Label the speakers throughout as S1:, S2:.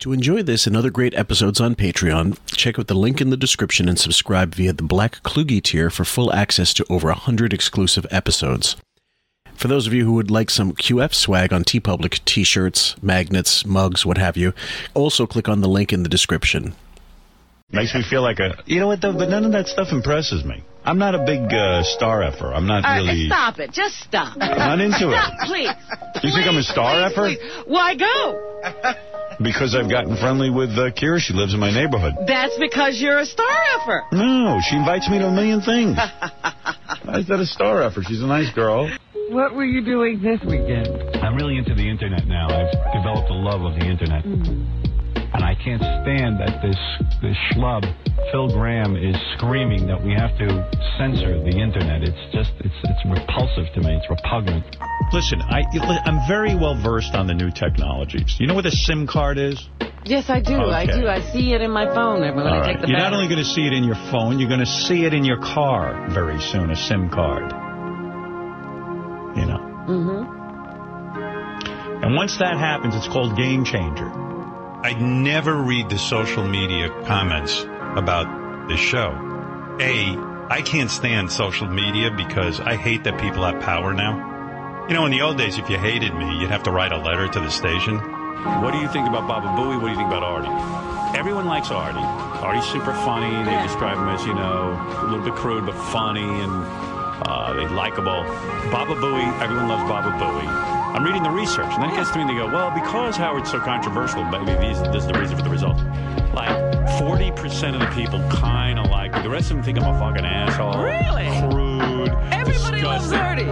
S1: To enjoy this and other great episodes on Patreon, check out the link in the description and subscribe via the Black Kluge tier for full access to over 100 exclusive episodes. For those of you who would like some QF swag on TeePublic t shirts, magnets, mugs, what have you, also click on the link in the description.
S2: Makes me feel like a. You know what, though? But none of that stuff impresses me. I'm not a big uh, star effer. I'm not
S3: All right,
S2: really.
S3: Uh, stop it. Just stop.
S2: not into it.
S3: Stop, please.
S2: You think I'm a star
S3: please,
S2: effer?
S3: please. Why go?
S2: Because I've gotten friendly with uh, Kira. She lives in my neighborhood.
S3: That's because you're a star effer.
S2: No, she invites me to a million things. Why is that a star effort? She's a nice girl.
S4: What were you doing this weekend?
S5: I'm really into the internet now. I've developed a love of the internet. And I can't stand that this this schlub, Phil Graham, is screaming that we have to censor the internet. It's just it's it's repulsive to me. It's repugnant.
S2: Listen, I, I'm very well versed on the new technologies. You know what a SIM card is?
S4: Yes, I do. I
S2: Okay.
S4: do. I see it in my phone every when
S2: All
S4: I
S2: right.
S4: take the
S2: You're not
S4: battery.
S2: only going to see it in your phone, you're going to see it in your car very soon, a SIM card. You know. Mm-hmm. And once that happens, it's called game changer.
S6: I never read the social media comments about this show. A, I can't stand social media because I hate that people have power now. You know, in the old days, if you hated me, you'd have to write a letter to the station.
S7: What do you think about Baba Booey? What do you think about Artie? Everyone likes Artie. Artie's super funny. They describe him as, you know, a little bit crude, but funny and uh, they likable. Baba Booey, everyone loves Baba Booey. I'm reading the research, and then it gets to me and they go, well, because Howard's so controversial, maybe these, this is the reason for the results. Like, 40% of the people kind of like me. The rest of them think I'm a fucking asshole.
S4: Really?
S7: Crude.
S4: Everybody loves
S7: disgusting.
S4: Artie.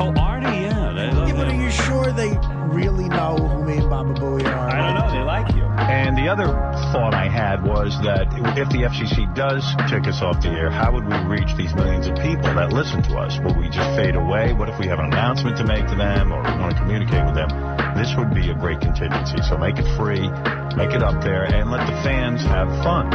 S7: Oh, Artie, yeah. They love
S8: Yeah, but are
S7: him.
S8: you sure they really know who me and Baba Booey are?
S7: I don't know. They like you.
S2: And the other thought I had was that if the FCC does kick us off the air, how would we reach these millions of people that listen to us? Will we just fade away? What if we have an announcement to make to them or want to communicate with them? This would be a great contingency. So make it free, make it up there, and let the fans have fun.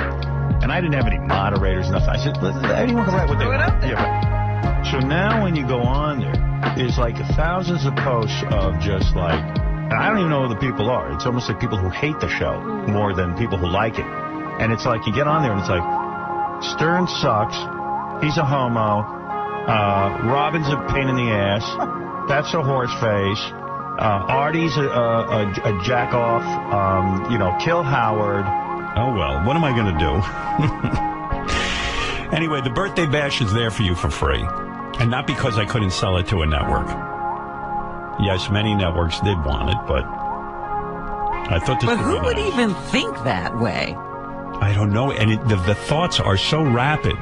S2: And I didn't have any moderators, nothing. I said, "Let- let- anyone can write what they
S4: Throw it
S2: want.
S4: up there.
S2: Yeah, right. So now when you go on there, there's like thousands of posts of just like, and I don't even know who the people are. It's almost like people who hate the show more than people who like it. And it's like you get on there and it's like, Stern sucks. He's a homo. Uh, Robin's a pain in the ass. That's a horse face. Uh, Artie's a, a, a, a jack off. Um, you know, kill Howard.
S6: Oh, well, what am I going to do? anyway, the birthday bash is there for you for free. And not because I couldn't sell it to a network. Yes, many networks did want it, but I thought this
S4: But
S6: would
S4: who
S6: be
S4: would
S6: nice.
S4: even think that way?
S6: I don't know. And it, the, the thoughts are so rapid.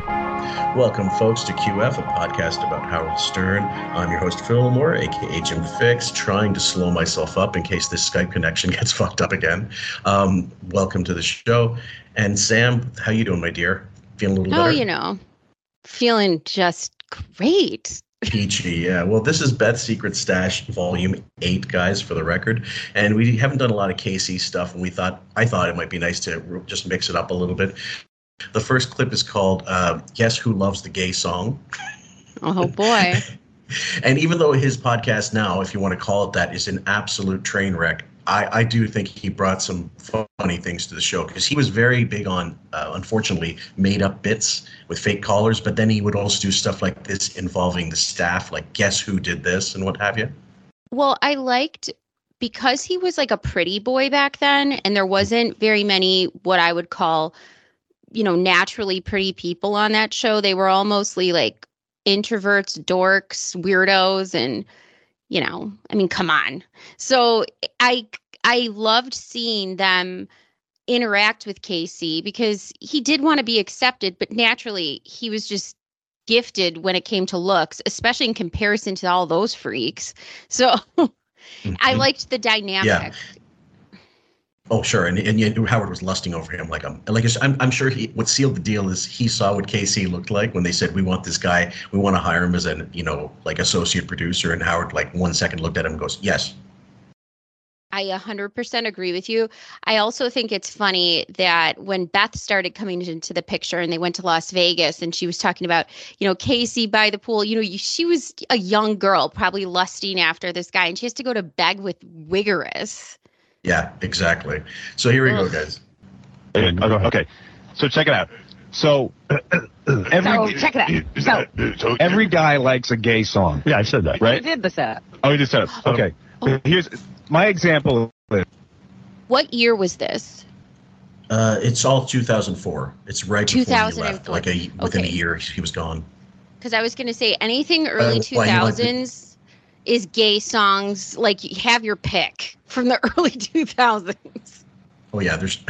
S9: Welcome, folks, to QF, a podcast about Howard Stern. I'm your host, Fillmore, aka Jim Fix, trying to slow myself up in case this Skype connection gets fucked up again. Um, welcome to the show, and Sam, how you doing, my dear? Feeling a little
S10: Oh,
S9: better?
S10: you know, feeling just great.
S9: Peachy, yeah. Well, this is Beth Secret Stash Volume Eight, guys, for the record, and we haven't done a lot of KC stuff, and we thought I thought it might be nice to r- just mix it up a little bit. The first clip is called uh, "Guess Who Loves the Gay Song."
S10: Oh boy.
S9: And even though his podcast now, if you want to call it that, is an absolute train wreck, I, I do think he brought some funny things to the show because he was very big on, uh, unfortunately, made up bits with fake callers. But then he would also do stuff like this involving the staff, like guess who did this and what have you.
S10: Well, I liked because he was like a pretty boy back then, and there wasn't very many what I would call, you know, naturally pretty people on that show. They were all mostly like introverts, dorks, weirdos, and you know, I mean, come on. So I I loved seeing them interact with Casey because he did want to be accepted, but naturally he was just gifted when it came to looks, especially in comparison to all those freaks. So I
S9: Mm-hmm.
S10: liked the dynamic.
S9: Oh, sure. And, and yet Howard was lusting over him like I'm like I'm, I'm sure he what sealed the deal is he saw what KC looked like when they said we want this guy, we want to hire him as an you know like associate producer, and Howard like one second looked at him and goes yes.
S10: I 100% agree with you. I also think it's funny that when Beth started coming into the picture and they went to Las Vegas and she was talking about, you know, Casey by the pool, you know, you, she was a young girl, probably lusting after this guy, and she has to go to bed with Wigorous.
S9: Yeah, exactly. So here we go, guys.
S5: Okay, okay. so check it out. So every
S4: so Oh, check it out. So
S5: every guy likes a gay song. Yeah, I said that,
S4: you
S5: right?
S4: did the setup.
S5: Oh, you just said it. Okay. Here's my example. Of it.
S10: What year was this?
S9: Uh, it's all 2004. It's right before he left.
S10: 2004.
S9: Like a within
S10: Okay.
S9: a year, he was gone.
S10: Because I was going to say anything early
S9: Uh, why you like the-
S10: 2000s is gay songs. Like, you have your pick from the early 2000s.
S9: Oh yeah, there's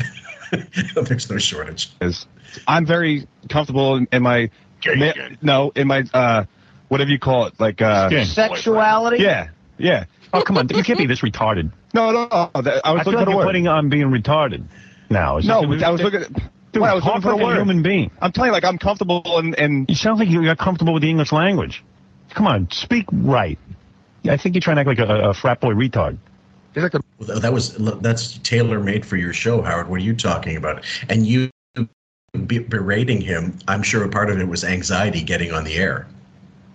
S9: there's no shortage.
S5: Is I'm very comfortable in, in my ma- no in my uh whatever you call it like uh
S2: Skin.
S4: Sexuality.
S5: yeah yeah
S2: Oh, come on. You can't be this retarded.
S5: no no, no that, I was
S2: feel like
S5: looking for
S2: you're
S5: the word
S2: putting on being retarded now. Is
S5: no
S2: that what
S5: I was
S2: you're-
S5: looking
S2: Dude,
S5: well, I was
S2: talk
S5: looking for
S2: like
S5: the
S2: a
S5: word
S2: human being.
S5: I'm telling you like I'm comfortable and and
S2: You sound like you- you're comfortable with the English language. Come on, speak right. I think you're trying to act like a, a frat boy retard.
S9: Well, th- That was that's tailor made for your show, Howard. What are you talking about? And you be- berating him. I'm sure a part of it was anxiety getting on the air.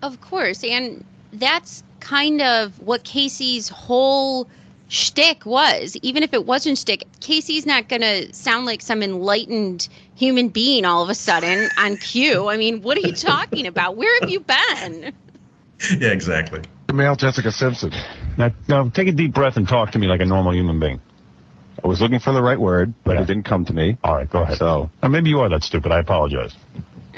S10: Of course, and that's kind of what Casey's whole shtick was. Even if it wasn't shtick, Casey's not gonna sound like some enlightened human being all of a sudden on cue. I mean, what are you talking about? Where have you been?
S9: yeah, exactly.
S5: male Jessica Simpson.
S2: Now, now take a deep breath and talk to me like a normal human being.
S5: I was looking for the right word, but it didn't come to me.
S2: All right, go ahead.
S5: So
S2: Or maybe you are that stupid. I apologize.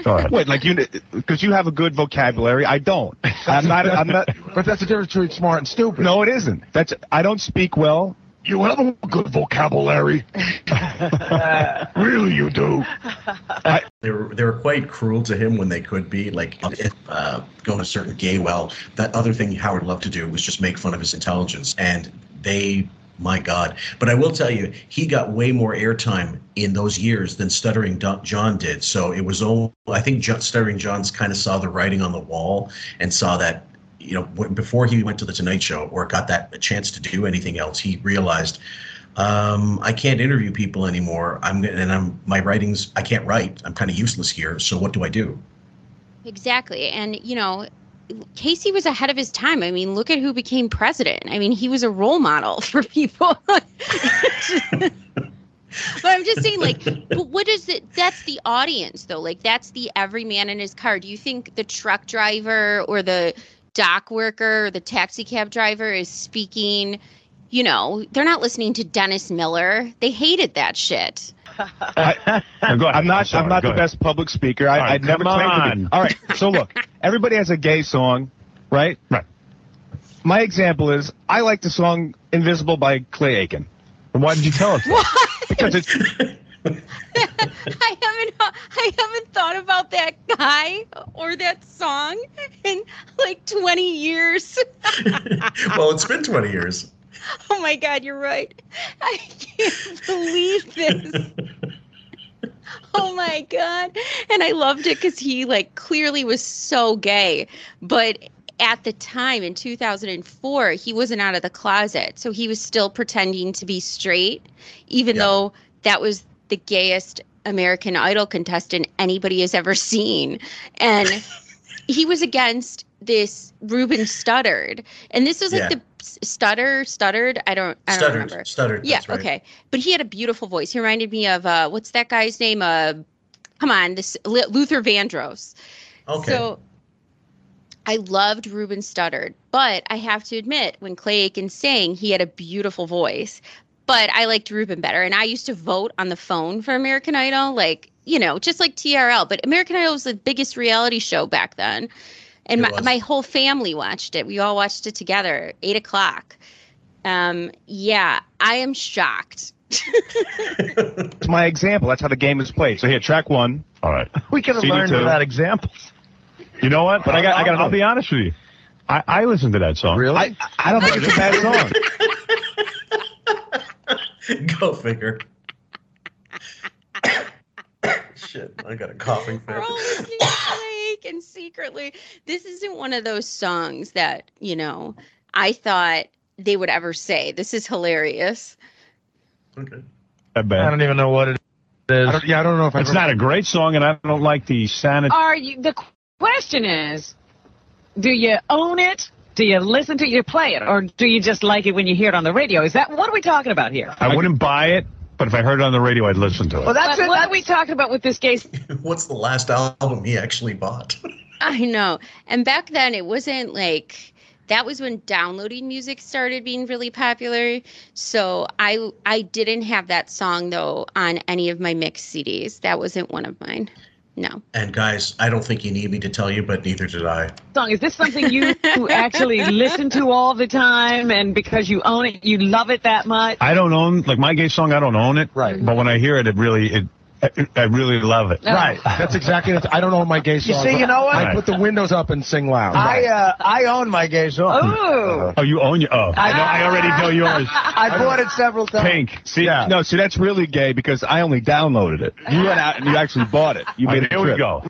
S2: Go ahead.
S5: wait, like you, because you have a good vocabulary. I don't. I'm not. I'm not.
S11: But that's the difference between smart and stupid.
S5: No, it isn't. That's. I don't speak well.
S11: You have a good vocabulary. really, you do.
S9: They were they were quite cruel to him when they could be. Like if uh, going a certain gay well, that other thing Howard loved to do was just make fun of his intelligence, and they. My God! But I will tell you, he got way more airtime in those years than Stuttering Do- John did. So it was all. I think Jo- Stuttering John's kind of saw the writing on the wall and saw that, you know, when, before he went to the Tonight Show or got that chance to do anything else, he realized um, I can't interview people anymore. I'm gonna- and I'm my writings. I can't write. I'm kind of useless here. So what do I do?
S10: Exactly, and you know, Casey was ahead of his time. I mean, look at who became president. I mean, he was a role model for people. but I'm just saying, like, but what is it? That's the audience, though. Like, that's the everyman in his car. Do you think the truck driver or the dock worker or the taxi cab driver is speaking? You know, they're not listening to Dennis Miller. They hated that shit.
S2: Now, go ahead.
S5: I'm not. I'm,
S2: sorry.
S5: not
S2: Go
S5: the
S2: ahead.
S5: best public speaker. I,
S2: All right,
S5: I never
S2: come
S5: claimed to be.
S2: on.
S5: All right. So look, everybody has a gay song, right?
S2: Right.
S5: My example is I like the song "Invisible" by Clay Aiken.
S2: And why did you tell us? that?
S10: What?
S5: Because it's
S10: I haven't I haven't thought about that guy or that song in like 20 years.
S9: well, it's been 20 years.
S10: Oh my god, you're right. I can't believe this. Oh my god. And I loved it cuz he like clearly was so gay, but at the time in 2004, he wasn't out of the closet. So he was still pretending to be straight even
S9: Yeah.
S10: though that was the gayest American Idol contestant anybody has ever seen. And he was against this Ruben Studdard. And this was like
S9: Yeah.
S10: the s- stutter, stuttered. I don't, I don't
S9: Stuttered.
S10: remember.
S9: Stuttered.
S10: yeah,
S9: that's right.
S10: okay. But he had a beautiful voice. He reminded me of uh, what's that guy's name? Uh, come on, this L- Luther Vandross.
S9: Okay.
S10: So I loved Ruben Studdard, but I have to admit, when Clay Aiken sang, he had a beautiful voice. But I liked Ruben better. And I used to vote on the phone for American Idol, like, you know, just like TRL. But American Idol was the biggest reality show back then. And
S9: It
S10: my,
S9: was.
S10: my whole family watched it. We all watched it together, eight o'clock. Um, yeah, I am shocked.
S5: it's my example. That's how the game is played. So here, track one.
S2: All right.
S11: We could have
S2: See, you
S11: learned
S2: too.
S11: without examples.
S2: You know what? But I got. I got.
S11: I'll-
S2: I'll be honest with you. I, I listened to that song.
S11: Really?
S5: I I don't think it's a bad song.
S9: Go figure. Shit, I got a coughing fit.
S10: We're all listening to Clay Aiken secretly. This isn't one of those songs that, you know, I thought they would ever say. This is hilarious.
S9: Okay.
S2: That
S11: I
S2: bad.
S11: don't even know what it is. I don't, yeah, I don't know if I.
S2: It's not a great song, and I don't like the sanit.
S4: Are you? The question is, do you own it? Do you listen to it, you play it, or do you just like it when you hear it on the radio? Is that what are we talking about here?
S12: I wouldn't buy it, but if I heard it on the radio, I'd listen to it.
S4: Well, that's it. What are we talking about with this case?
S9: What's the last album he actually bought?
S10: I know. And back then, it wasn't like that was when downloading music started being really popular. So I I didn't have that song though on any of my mix CDs. That wasn't one of mine. No.
S9: And guys, I don't think you need me to tell you, but neither did I.
S4: Song is this something you actually listen to all the time, and because you own it, you love it that much?
S12: I don't own like my gay song. I don't own it. Right. But when I hear it, it really it. I- I really love it.
S13: Right. That's exactly. That's, I don't own my gay
S8: You
S13: songs.
S8: see, you know what?
S13: I put the windows up and sing loud.
S8: I uh, I own my gay song.
S2: Uh-huh.
S4: Oh.
S12: Oh, you own your. Oh, I, know, I already know yours.
S8: I bought it several times.
S12: Pink.
S5: See, no, see, that's really gay because I only downloaded it. You went out and you actually bought it. You made a
S12: Here we
S5: trip.
S12: go.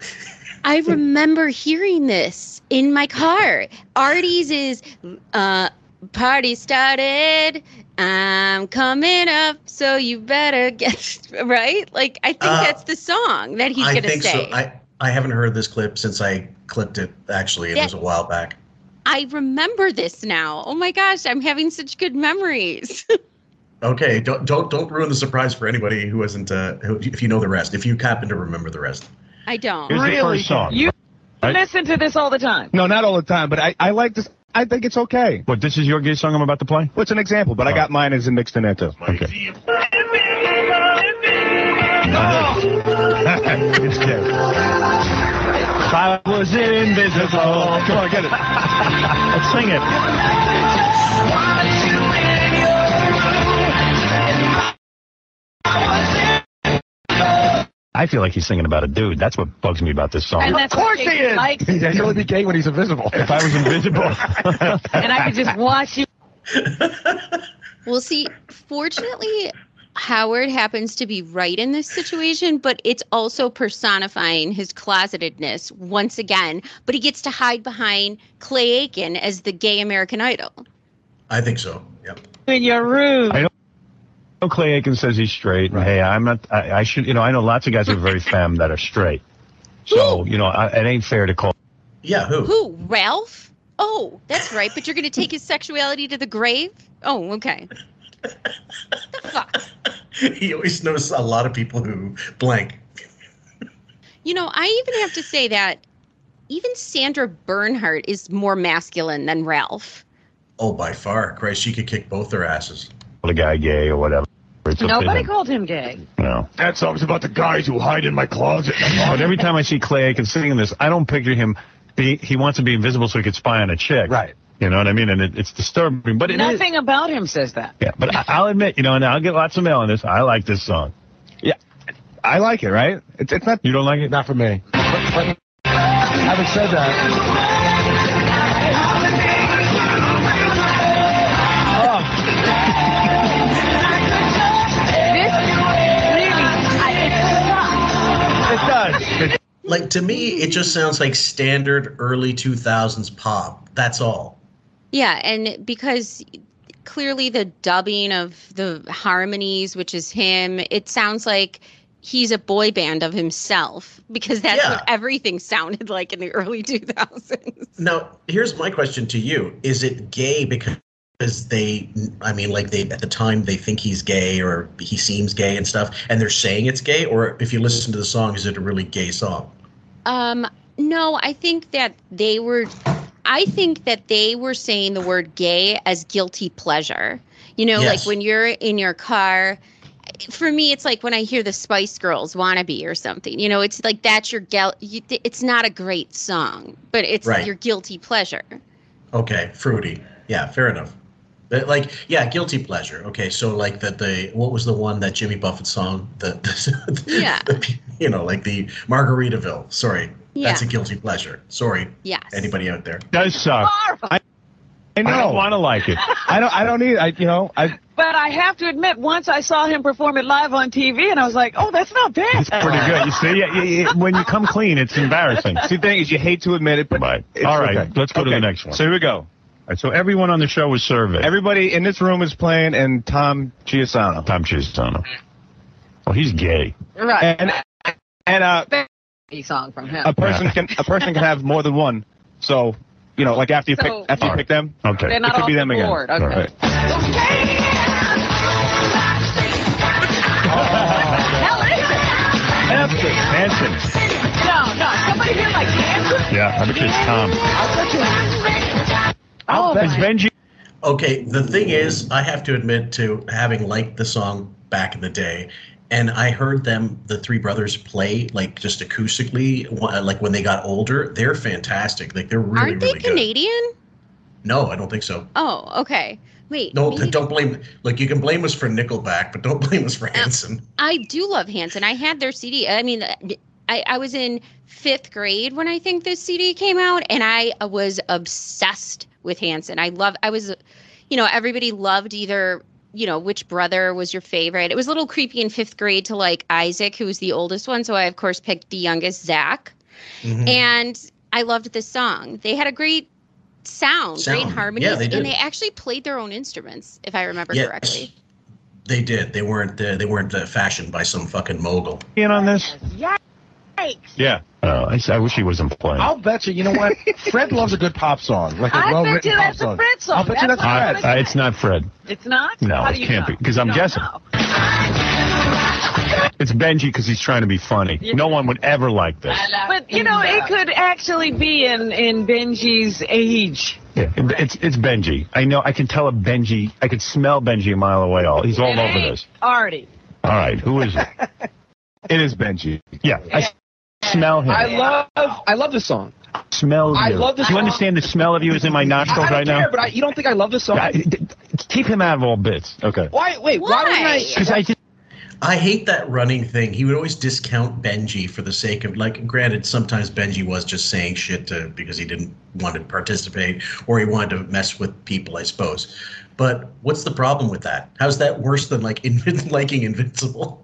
S10: I remember hearing this in my car. Artie's is uh party started. I'm coming up, so you better get right. Like I think
S9: Uh,
S10: that's the song that he's
S9: I
S10: gonna
S9: think
S10: say.
S9: so. I, I haven't heard this clip since I clipped it, actually. It
S10: Yeah.
S9: was a while back.
S10: I remember this now. Oh my gosh, I'm having such good memories.
S9: Okay, don't don't don't ruin the surprise for anybody who isn't uh, who, if you know the rest. If you happen to remember the rest,
S10: I don't.
S9: Here's the Really? first song.
S4: You
S9: Right?
S4: listen to this all the time.
S5: No, not all the time, but I, I like this. I think it's okay.
S12: What, this is your gay song I'm about to play?
S5: What's an example, but I got mine as a mixed in that too. Okay.
S12: it's gay. If I was invisible. Come on, get it. Let's sing it. I feel like he's singing about a dude. That's what bugs me about this song.
S4: And that's Of course what he Jason is. likes.
S12: He'd only be gay when he's invisible. If I was invisible.
S4: and I could just watch you.
S10: Well, see, fortunately, Howard happens to be right in this situation, but it's also personifying his closetedness once again. But he gets to hide behind Clay Aiken as the gay American Idol.
S9: I think so. Yep.
S4: in your room.
S12: I know, I know Clay Aiken says he's straight. and Hey, I'm not. I, I should. You know, I know lots of guys who are very femme that are straight. So you know, I, it ain't fair to call. Yeah,
S10: Who? Ralph? Oh, that's right. But you're going to take his sexuality to the grave? Oh, okay.
S9: he always knows a lot of people who blank.
S10: You know, I even have to say that even Sandra Bernhardt is more masculine than Ralph.
S9: Oh, by far, Christ, she could kick both their asses.
S12: The guy gay or whatever. It's a
S4: Nobody
S12: thing.
S4: called him gay.
S12: No.
S13: That song's about the guys who hide in my closet.
S12: But every time I see Clay Aiken singing this, I don't picture him. Be, he wants to be invisible so he could spy on a chick. Right. You know what I mean? And it, it's disturbing, but it is.
S4: Nothing about him says that.
S12: Yeah, but I, I'll admit, you know, and I'll get lots of mail on this. I like this song.
S5: Yeah, I like it. Right? It's, it's not.
S12: You don't like it?
S5: Not for me.
S13: Having said that,
S9: It does. Like to me, it just sounds like standard early two thousands pop. That's all.
S10: Yeah, and because clearly the dubbing of the harmonies, which is him, it sounds like he's a boy band of himself because that's what everything sounded like in the early 2000s.
S9: Now, here's my question to you: Is it gay because they, I mean, like they at the time they think he's gay or he seems gay and stuff, and they're saying it's gay? Or if you listen to the song, is it a really gay song?
S10: Um, no, I think that they were, I think that they were saying the word gay as guilty pleasure. You know,
S14: Yes.
S10: like when you're in your car. For me, it's like when I hear the Spice Girls "Wannabe" or something. You know, it's like that's your gal. You, it's not a great song, but it's
S9: Right.
S10: your guilty pleasure.
S9: Okay, fruity. Yeah, fair enough. But like, yeah, guilty pleasure. Okay, so like that the what was the one that Jimmy Buffett song? The, the
S10: Yeah.
S9: you know, like the Margaritaville. Sorry, that's a
S10: Yeah.
S9: guilty pleasure. Sorry,
S10: Yes.
S9: anybody out there?
S12: does suck.
S4: I,
S5: I know.
S12: don't want to like it.
S5: I don't. I don't need. I you know. I
S4: But I have to admit, once I saw him perform it live on TV, and I was like, oh, that's not bad.
S12: It's pretty good. You see, yeah, yeah, yeah. when you come clean, it's embarrassing.
S5: See, the thing is, you hate to admit it, but it's
S12: All right,
S5: okay.
S12: let's go to the
S5: Okay,
S12: next one.
S5: So here we go.
S12: All right, so everyone on the show was surveyed.
S5: Everybody in this room is playing, and Tom Giasano.
S12: Tom Giasano. Well, he's gay.
S4: Right.
S5: And and uh,
S4: song from him.
S5: a person can a person can have more than one. So you know, like after you
S4: So-
S5: pick after you pick them. Okay.
S4: They're not
S5: it could
S4: off
S5: be
S4: the
S5: them again.
S4: board, okay.
S5: All right.
S13: Manson.
S4: No, no. Somebody here like Manson.
S9: Yeah, I bet it's Tom.
S4: Oh,
S9: Benji. Okay, the thing is, I have to admit to having liked the song back in the day, and I heard them, the three brothers, play like just acoustically, wh- like when they got older. They're fantastic. Like they're really,
S10: Aren't they
S9: really good.
S10: Canadian?
S9: No, I don't think so.
S10: Oh, okay. Wait.
S9: No,
S10: maybe-
S9: don't blame. Like you can blame us for Nickelback, but don't blame us for Hanson.
S10: I do love Hanson. I had their CD. I mean, uh, I, I was in fifth grade when I think this CD came out, and I uh, was obsessed with Hanson. I love. I was, uh, you know, everybody loved either. You know, which brother was your favorite? It was a little creepy in fifth grade to like Isaac, who was the oldest one. So I, of course, picked the youngest, Zach. Mm-hmm.
S9: Mm-hmm.
S10: And I loved this song. They had a great sound,
S9: Sound.
S10: great harmony.
S9: Yeah, they did.
S10: And they actually played their own instruments, if I remember
S9: Yes.
S10: correctly.
S9: They did. They weren't. Uh, they weren't uh, fashioned by some fucking mogul.
S12: In on this?
S5: Yeah.
S12: Oh,
S5: Uh, I, s- I wish he wasn't playing.
S13: I'll bet you. You know what? Fred loves a good pop song, like a
S4: I bet
S13: well
S4: you
S13: written pop
S4: that's a
S13: song.
S4: Fred song.
S13: I'll bet you
S4: That's
S13: that's
S4: what I
S13: Fred.
S4: was
S12: Uh,
S4: I-
S7: it's not Fred.
S4: It's not.
S7: No,
S4: How
S7: it
S4: do you
S7: can't
S4: know?
S7: be because I'm
S4: You don't
S7: guessing.
S4: know.
S7: It's Benji because he's trying to be funny. No one would ever like this.
S4: But you know, it could actually be in in Benji's age.
S7: Yeah, it's it's Benji. I know. I can tell a Benji. I could smell Benji a mile away. All he's all
S4: It
S7: over
S4: ain't
S7: this.
S4: Artie.
S7: All right, who is it?
S5: It is Benji.
S7: Yeah, I s- smell him.
S13: I love. I love this song.
S7: smell.
S13: I
S7: you.
S13: love this
S7: Do you
S13: song.
S7: understand the smell of you is in my
S13: I, I
S7: nostrils
S13: don't
S7: right
S13: care,
S7: now?
S13: but I, you don't think I love this song?
S7: I- d- d- keep him out of all bits. Okay.
S13: why? Wait. Why, wouldn't I?
S7: Because I
S9: I hate that running thing. He would always discount Benji for the sake of like. Granted, sometimes Benji was just saying shit to, because he didn't want to participate or he wanted to mess with people, I suppose. But what's the problem with that? How's that worse than like invin liking Invincible?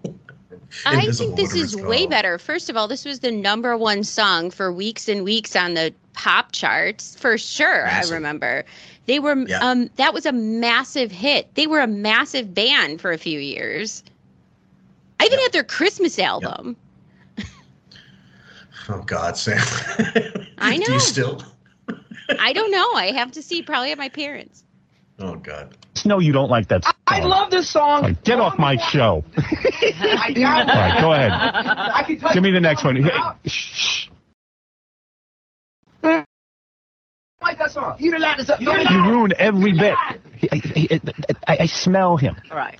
S10: I
S9: Invisible,
S10: think this
S9: whatever
S10: is
S9: it's
S10: way
S9: called.
S10: better. First of all, this was the number one song for weeks and weeks on the pop charts for sure.
S9: Massive.
S10: I remember they were
S9: Yeah.
S10: um that was a massive hit. They were a massive band for a few years. I even had their Christmas album.
S9: Oh God, Sam.
S10: I
S9: Do
S10: know.
S9: you still?
S10: I don't know. I have to see probably at my parents.
S9: Oh God.
S7: just know you don't like that. Song.
S13: I love this song.
S7: All right, get off my show.
S13: I
S7: All right, go ahead.
S13: I can tell
S7: Give
S13: you
S7: me the next one. Hey,
S13: like that song. You don't like this song. You don't
S7: You ruin every bit. He- he- he- I, I smell him.
S13: All right.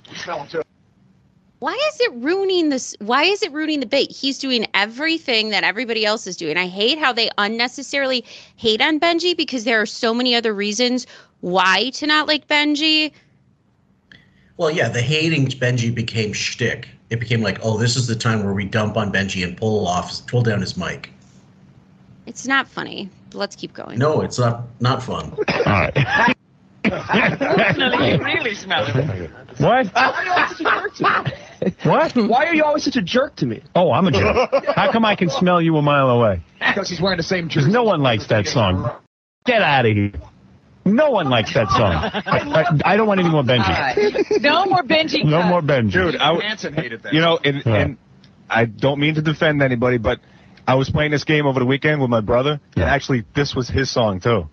S10: Why is it ruining this? Why is it ruining the bait? He's doing everything that everybody else is doing. I hate how they unnecessarily hate on Benji because there are so many other reasons why to not like Benji.
S9: Well, yeah, the hating Benji became shtick. It became like, oh, this is the time where we dump on Benji and pull off, pull down his mic.
S10: It's not funny. Let's keep going.
S9: No, it's not not fun.
S7: All right.
S13: you really smell it.
S7: What?
S13: Why are you always such a jerk to me?
S7: What?
S13: Why are you always such a jerk to me?
S7: Oh, I'm a jerk. How come I can smell you a mile away?
S13: Because he's wearing the same
S7: Because no one likes that song. Get out of here. No one likes that song. I, I, I don't want any more
S4: All
S7: Benji.
S4: right. No more Benji.
S7: No
S4: cuts.
S7: more Benji.
S5: Dude, I, w- You know, and, and I don't mean to defend anybody, but I was playing this game over the weekend with my brother, and actually, this was his song too.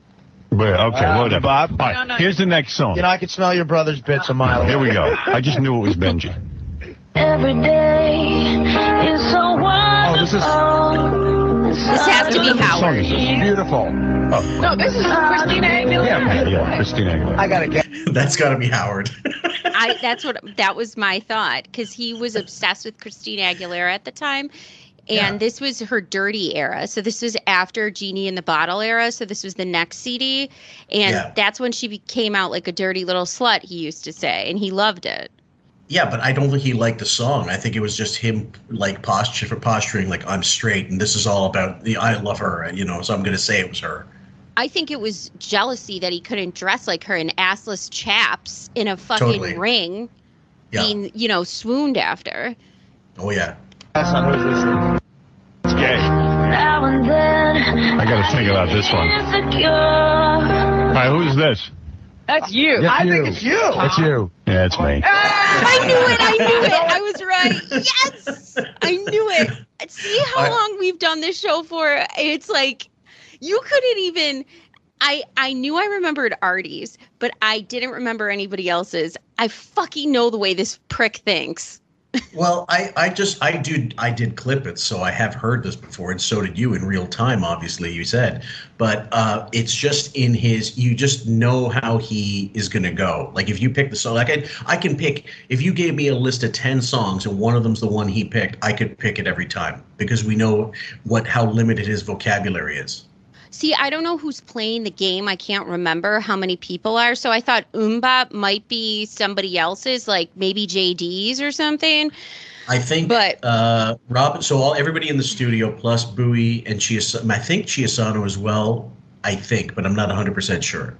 S7: Well, okay,
S5: Uh,
S7: whatever.
S5: Bob?
S7: All right,
S5: No, no,
S7: here's the next song.
S8: You know, I could smell your brother's bits a mile away.
S7: Here we go. I just knew it was Benji.
S14: Every day is so wonderful.
S5: Oh, this is-
S10: This has to be Howard.
S5: Beautiful.
S4: No, this is Christina Aguilera.
S7: Yeah, yeah, Christina Aguilera.
S8: I gotta
S9: get. That's got to be Howard.
S10: I that's what that was my thought because he was obsessed with Christina Aguilera at the time, and this was her dirty era. So this was after Genie in the Bottle era. So this was the next CD, and
S9: Yeah.
S10: that's when she became out like a dirty little slut. He used to say, and he loved it.
S9: Yeah, but I don't think he liked the song. I think it was just him like posture for posturing, like I'm straight and this is all about the I love her, and you know, so I'm gonna say it was her.
S10: I think it was jealousy that he couldn't dress like her in assless chaps in a fucking
S9: Totally.
S10: ring,
S9: Yeah.
S10: being you know swooned after.
S9: Oh yeah.
S5: That's not who's listening.
S7: It's gay.
S14: Now and then.
S7: I gotta think about this one.
S14: Insecure.
S7: All right, who's this?
S4: That's you.
S7: That's
S4: I
S7: you.
S4: think it's Ah, you.
S7: That's you. Yeah, it's me.
S10: I knew it. I knew it. I was right. Yes. I knew it. See how
S7: I-
S10: long we've done this show for? It's like you couldn't even. I I knew I remembered Artie's, but I didn't remember anybody else's. I fucking know the way this prick thinks.
S9: Well, I, I just I do I did clip it, so I have heard this before, and so did you in real time. Obviously, you said, but uh, it's just in his. You just know how he is going to go. Like if you pick the song, like I I can pick. If you gave me a list of ten songs and one of them's the one he picked, I could pick it every time because we know what how limited his vocabulary is.
S10: See, I don't know who's playing the game. I can't remember how many people are. So I thought Umbop might be somebody else's, like maybe JD's or something.
S9: I think but, uh, Rob. So all everybody in the studio plus Bowie and Chiasano. I think Chiasano as well. I think, but I'm not 100 percent sure.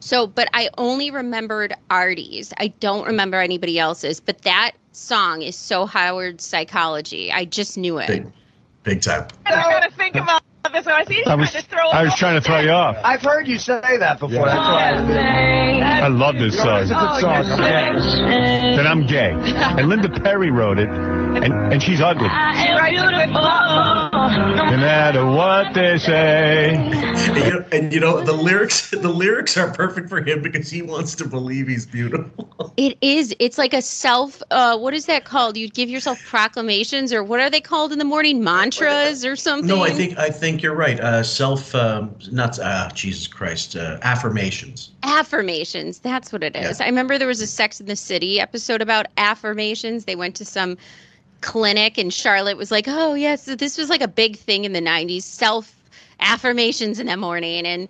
S10: So, but I only remembered Artie's. I don't remember anybody else's. But that song is so Howard Psychology. I just knew it.
S9: Big, big time.
S4: I just gotta think about this. When I see you
S5: I was-
S4: trying to throw
S5: I was trying to throw you off.
S8: I've heard you say that before. That's why I was
S5: I love this song.
S8: It's a good song. I'm gay.
S5: Then I'm gay. And Linda Perry wrote it, and, and she's ugly.
S14: I am beautiful.
S5: No matter what they say.
S9: And you, know, and you know the lyrics. The lyrics are perfect for him because he wants to believe he's beautiful.
S10: It is. It's like a self. Uh, what is that called? You'd give yourself proclamations, or what are they called in the morning? Mantras or something.
S9: No, I think I think you're right. Uh, self, um, not uh, Jesus Christ, uh, affirmations.
S10: affirmations. That's what it is. I remember there was a Sex in the City episode about affirmations. They went to some clinic, and Charlotte was like, "Oh yes, this was like a big thing in the '90s. Self affirmations in the morning." And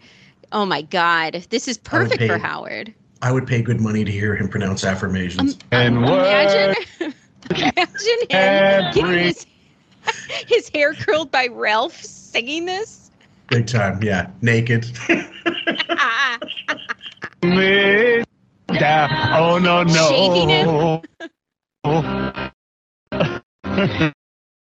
S10: oh my God, this is
S9: I would
S10: perfect for
S9: pay-
S10: Howard.
S9: I would pay good money to hear him pronounce
S10: Um,
S9: affirmations.
S5: and
S10: Imagine, imagine him
S9: Every-
S10: getting his, his hair curled by Ralph singing this.
S9: Big time, yeah. Naked.
S10: Ah,
S5: Me down. Oh no no.
S14: I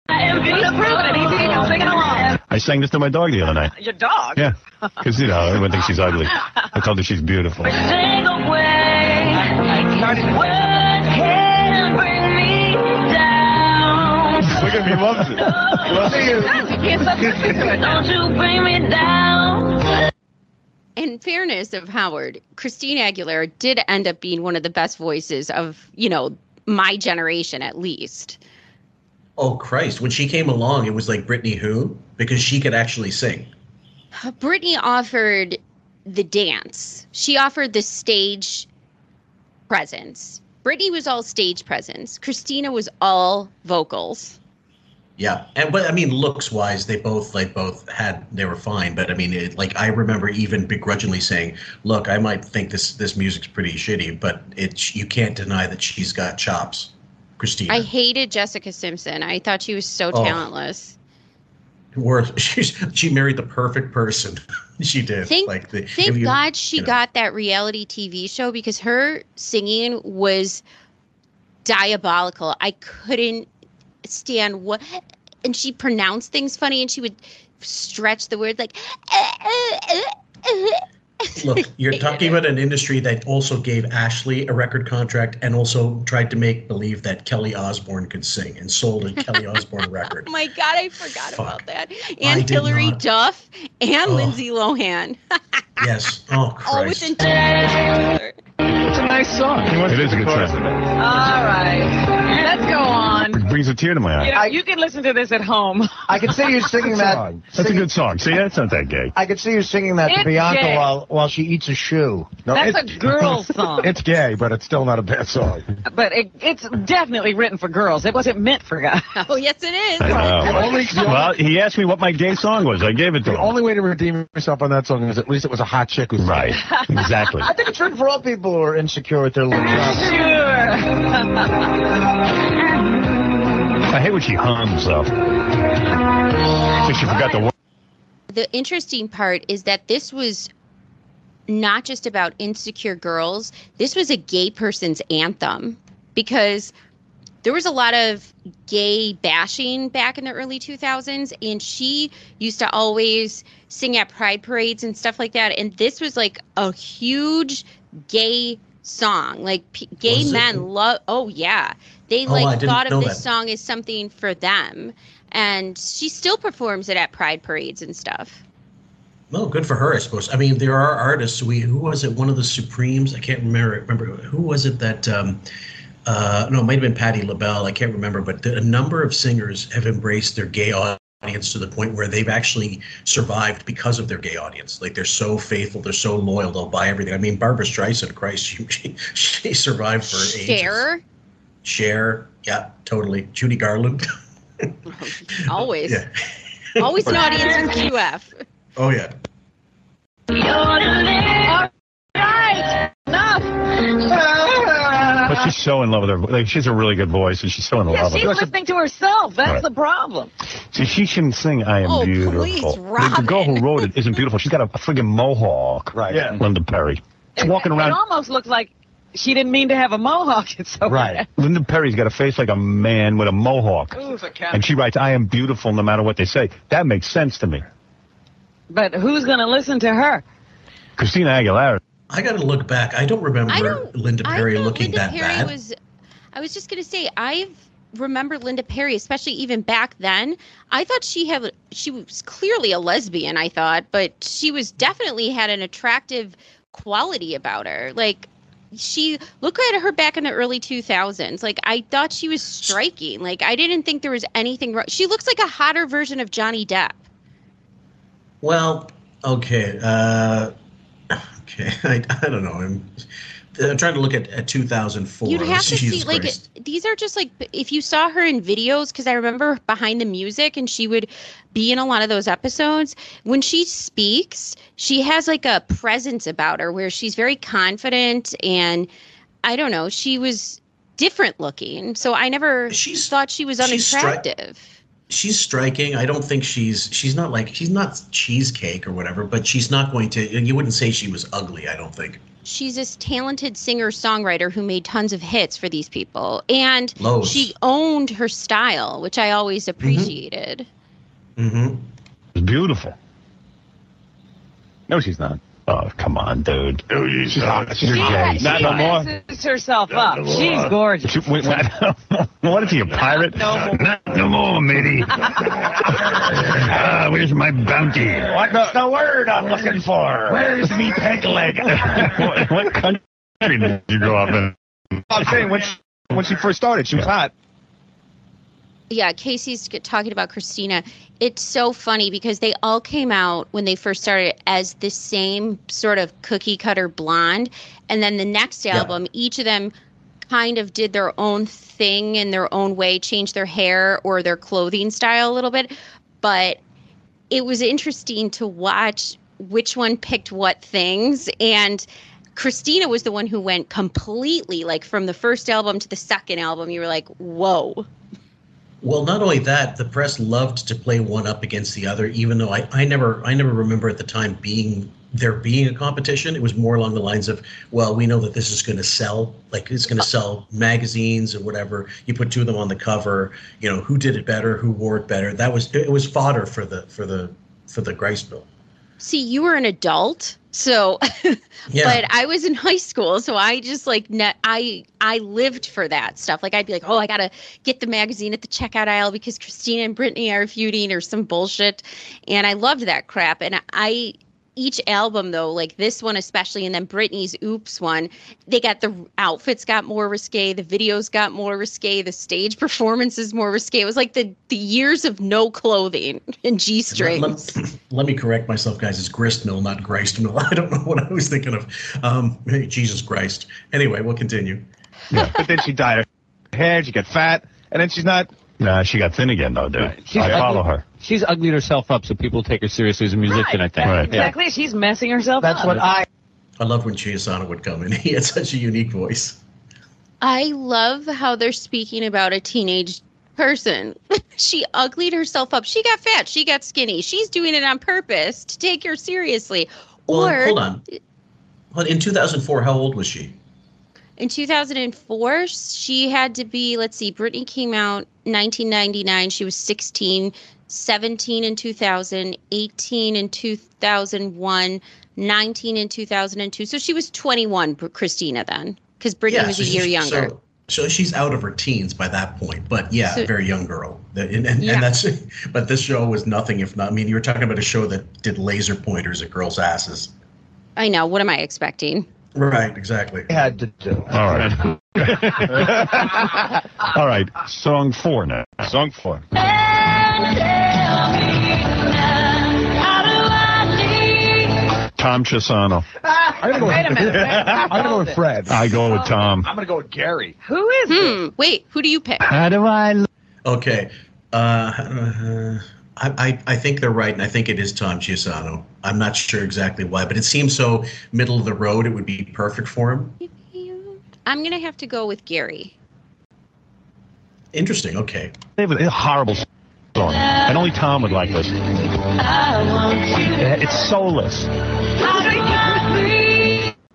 S14: am beautiful.
S4: and he's even singing along.
S5: I sang this to my dog the other night.
S4: Your dog.
S5: Yeah, because you know everyone thinks she's ugly. I told her she's beautiful.
S14: Sing away. Words can bring me down.
S5: Look at me, loves it. Loves
S14: Don't you bring me down.
S10: In fairness of Howard, Christine Aguilera did end up being one of the best voices of, you know, my generation at least.
S9: Oh Christ! When she came along, it was like Brittany who because she could actually sing.
S10: Britney offered the dance. She offered the stage presence. Britney was all stage presence. Christina was all vocals.
S9: Yeah, and but I mean, looks wise, they both like both had they were fine. But I mean, it, like I remember even begrudgingly saying, "Look, I might think this this music's pretty shitty, but it's you can't deny that she's got chops." Christina,
S10: I hated Jessica Simpson. I thought she was so
S9: Oh.
S10: talentless.
S9: worth she she married the perfect person. she did.
S10: Thank-
S9: like the, if
S10: Thank
S9: you-
S10: God she
S9: you know.
S10: got that reality TV show because her singing was diabolical. I couldn't stand what, and she pronounced things funny, and she would stretch the word like.
S9: Look, you're talking about an industry that also gave Ashley a record contract and also tried to make believe that Kelly Osbourne could sing and sold a Kelly Osbourne record.
S10: Oh my God, I forgot about that.
S9: I
S10: And
S9: did
S10: Hillary
S9: not.
S10: Duff and
S9: Oh.
S10: Lindsay Lohan,
S9: Yes. Oh
S10: all
S9: Christ.
S10: within two years of each other.
S5: It's a nice song. It is a good song.
S4: All right, let's go on.
S5: It brings a tear to my
S4: You,
S5: eye.
S4: know, you can listen to this at home.
S8: I could see you singing that.
S5: Song. That's a good song. See, that's not that gay.
S8: I could see you singing that
S4: It's
S8: to Bianca
S4: gay.
S8: while while she eats a shoe.
S5: No,
S4: That's
S5: it's-
S4: a girl song.
S5: It's gay, but it's still not a bad song.
S4: But it, it's definitely written for girls. It wasn't meant for guys.
S10: Oh yes, it is.
S5: I know.
S8: Only-
S5: well, he asked me what my gay song was. I gave it to
S8: The
S5: him.
S8: only way to redeem yourself on that song is at least it was a hot chick who sang.
S5: Right. Exactly.
S8: I think it's written for all people who are insecure with their little jobs.
S5: I hate when she hums though. So she forgot the word.
S10: the interesting part is that this was not just about insecure girls this was a gay person's anthem because there was a lot of gay bashing back in the early 2000s and she used to always sing at pride parades and stuff like that and this was like a huge gay song like p- gay
S9: Was it?
S10: men love oh yeah they
S9: Oh, I
S10: like
S9: didn't
S10: thought
S9: know
S10: of this
S9: that.
S10: song as something for them and she still performs it at pride parades and stuff
S9: No, good for her, I suppose. I mean, there are artists. We who was it? One of the Supremes. I can't remember. Remember who was it that? Um, uh, no, it might have been Patti LaBelle. I can't remember. But the, a number of singers have embraced their gay audience to the point where they've actually survived because of their gay audience. Like they're so faithful, they're so loyal, they'll buy everything. I mean, Barbara Streisand, Christ, she she, she survived for ages.
S10: Share
S9: Cher, yeah, totally. Judy Garland.
S10: always,
S9: Yeah.
S10: always an
S9: Or-
S10: audience with QF.
S9: Oh yeah.
S5: But she's so in love with her. Like she's a really good voice, and she's so in
S4: Yeah,
S5: love
S4: she's
S5: with her.
S4: listening to herself. That's
S5: Right.
S4: the problem.
S5: See, she shouldn't sing "I Am
S4: Oh, please,
S5: Beautiful." the, the girl who wrote it isn't beautiful. She's got a, a friggin' mohawk. Right. Yeah. Linda Perry. She's walking
S4: It
S5: around.
S4: almost looks like she didn't mean to have a mohawk. It's so
S5: Right. Linda Perry's got a face like a man with a mohawk.
S4: Ooh, it's a cat.
S5: And she writes, I am beautiful no matter what they say. That makes sense to me.
S4: But who's going to listen to her?
S5: Christina Aguilera.
S9: I got to look back. I don't remember
S10: I don't-
S9: Linda Perry
S10: I thought
S9: looking
S10: Linda
S9: that
S10: Perry
S9: bad.
S10: was. I was just gonna say I remember Linda Perry, especially even back then. I thought she had she was clearly a lesbian. I thought, but she was definitely had an attractive quality about her. Like she look at her back in the early 2000s like i thought she was striking like i didn't think there was anything wrong she looks like a hotter version of johnny depp
S9: Well, okay. Uh, okay. I, I don't know. I'm, I'm trying to look at, at 2004.
S10: You'd have to
S9: Jesus
S10: see like
S9: Christ.
S10: these are just like if you saw her in videos because I remember behind the music and she would be in a lot of those episodes. When she speaks, she has like a presence about her where she's very confident and I don't know. She was different looking, so I never thought she was
S9: she's stri-
S10: unattractive.
S9: she's striking. I don't think she's she's not like she's not cheesecake or whatever, but she's not going to. You wouldn't say she was ugly. I don't think.
S10: she's this talented singer songwriter who made tons of hits for these people, and
S9: Loads.
S10: she owned her style, which I always appreciated.
S9: Mm-hmm.
S5: It's beautiful. No, she's not. Oh, come on, dude. No, she's not. She's
S4: She,
S5: gay.
S4: she messes herself up. She's gorgeous.
S5: She- wait, what, what is he, a pirate?
S4: No
S5: more. No more, matey. Ah, where's my bounty? What the, the word I'm looking for? Where's me peg leg? what, what country did you grow up in? I'm saying when she, when she first started, she was hot.
S10: yeah casey's g- talking about christina it's so funny because they all came out when they first started as the same sort of cookie cutter blonde and then the next album each of them kind of did their own thing in their own way changed their hair or their clothing style a little bit but it was interesting to watch which one picked what things and christina was the one who went completely like from the first album to the second album you were like whoa
S9: Well, not only that, the press loved to play one up against the other, even though I, I never I never remember at the time being there being a competition. It was more along the lines of, well, we know that this is going to sell, like it's going to sell magazines or whatever. You put two of them on the cover, you know, who did it better, who wore it better. That was it was fodder for the for the for the Grice bill.
S10: See, you were an adult, so
S9: Yeah.
S10: but I was in high school, so I just like ne- I I lived for that stuff. Like I'd be like, "Oh, I got to get the magazine at the checkout aisle because Christina and Brittany are feuding or some bullshit." And I loved that crap. And I each album though, like this one especially and then Britney's Oops one, they got the outfits got more risque, the videos got more risque, the stage performances more risque. It was like the the years of no clothing and G-strings.
S9: Let, let- let me correct myself, guys. It's grist mill, not grist mill. I don't know what I was thinking of. Um, hey, Jesus Christ. Anyway, we'll continue.
S5: but then she dyed her hair, she got fat, and then she's not. Nah, she got thin again, though, dude. I follow her.
S15: She's uglied herself up so people take her seriously as a musician, I think.
S5: Right.
S4: Exactly. She's messing herself up.
S9: I love when Chiasana would come in. He had such a unique voice.
S10: I love how they're speaking about a teenage person. she uglied herself up. She got fat. She got skinny. She's doing it on purpose to take her seriously.
S9: Well,
S10: or
S9: hold on. Well, in 2004, how old was she?
S10: in 2004, she had to be, let's see, Britney came out 1999. She was 16, 17 in 2000, 18 in 2001, 19 in 2002. So she was 21, Christina, then, because Britney was
S9: so
S10: a year
S9: she's-
S10: younger.
S9: So, So she's out of her teens by that point, but yeah,
S10: So-
S9: very young girl. The- And, and,
S10: Yeah.
S9: and that's, but this show was nothing if not. I mean, you were talking about a show that did laser pointers at girls' asses.
S10: I know. What am I expecting?
S9: Right, exactly.
S8: had to do.
S5: All right. All right. Song four now. Song four. Tom Chisano.
S13: I'm gonna
S5: Wait a minute, wait, I
S13: I'm going with Fred.
S5: I go with Tom.
S13: I'm going to go with Gary.
S10: Who is hmm. Wait, who do you pick?
S5: How do I?
S9: Okay. Uh, uh, I, I, I think they're right, and I think it is Tom Chiasano. I'm not sure exactly why, but it seems so middle of the road. It would be perfect for him.
S10: I'm going to have to go with Gary.
S9: Interesting. Okay.
S5: They have a horrible song, and only Tom would like this. Uh, It's soulless.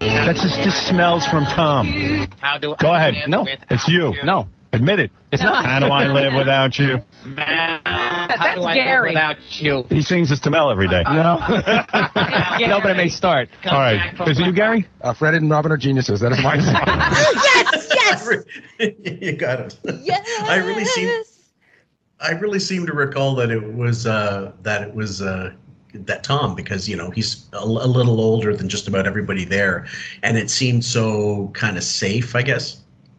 S5: That's just the smells from Tom.
S13: How do
S5: Go ahead. No, it's you. No, admit it.
S13: It's not.
S5: How do I live without you?
S13: How do I Gary. without you?
S5: He sings this to Mel every day. No.
S13: No, but it may
S15: start.
S5: All right. Is it you, Gary?
S8: Uh, Fred and Robin are geniuses. That is my song.
S10: Oh, yes, yes,
S9: you got it.
S10: yes.
S9: I really seem I really seem to recall that it was uh, that it was uh, that Tom because you know he's a, l- a little older than just about everybody there, and it seemed so kind of safe, I guess.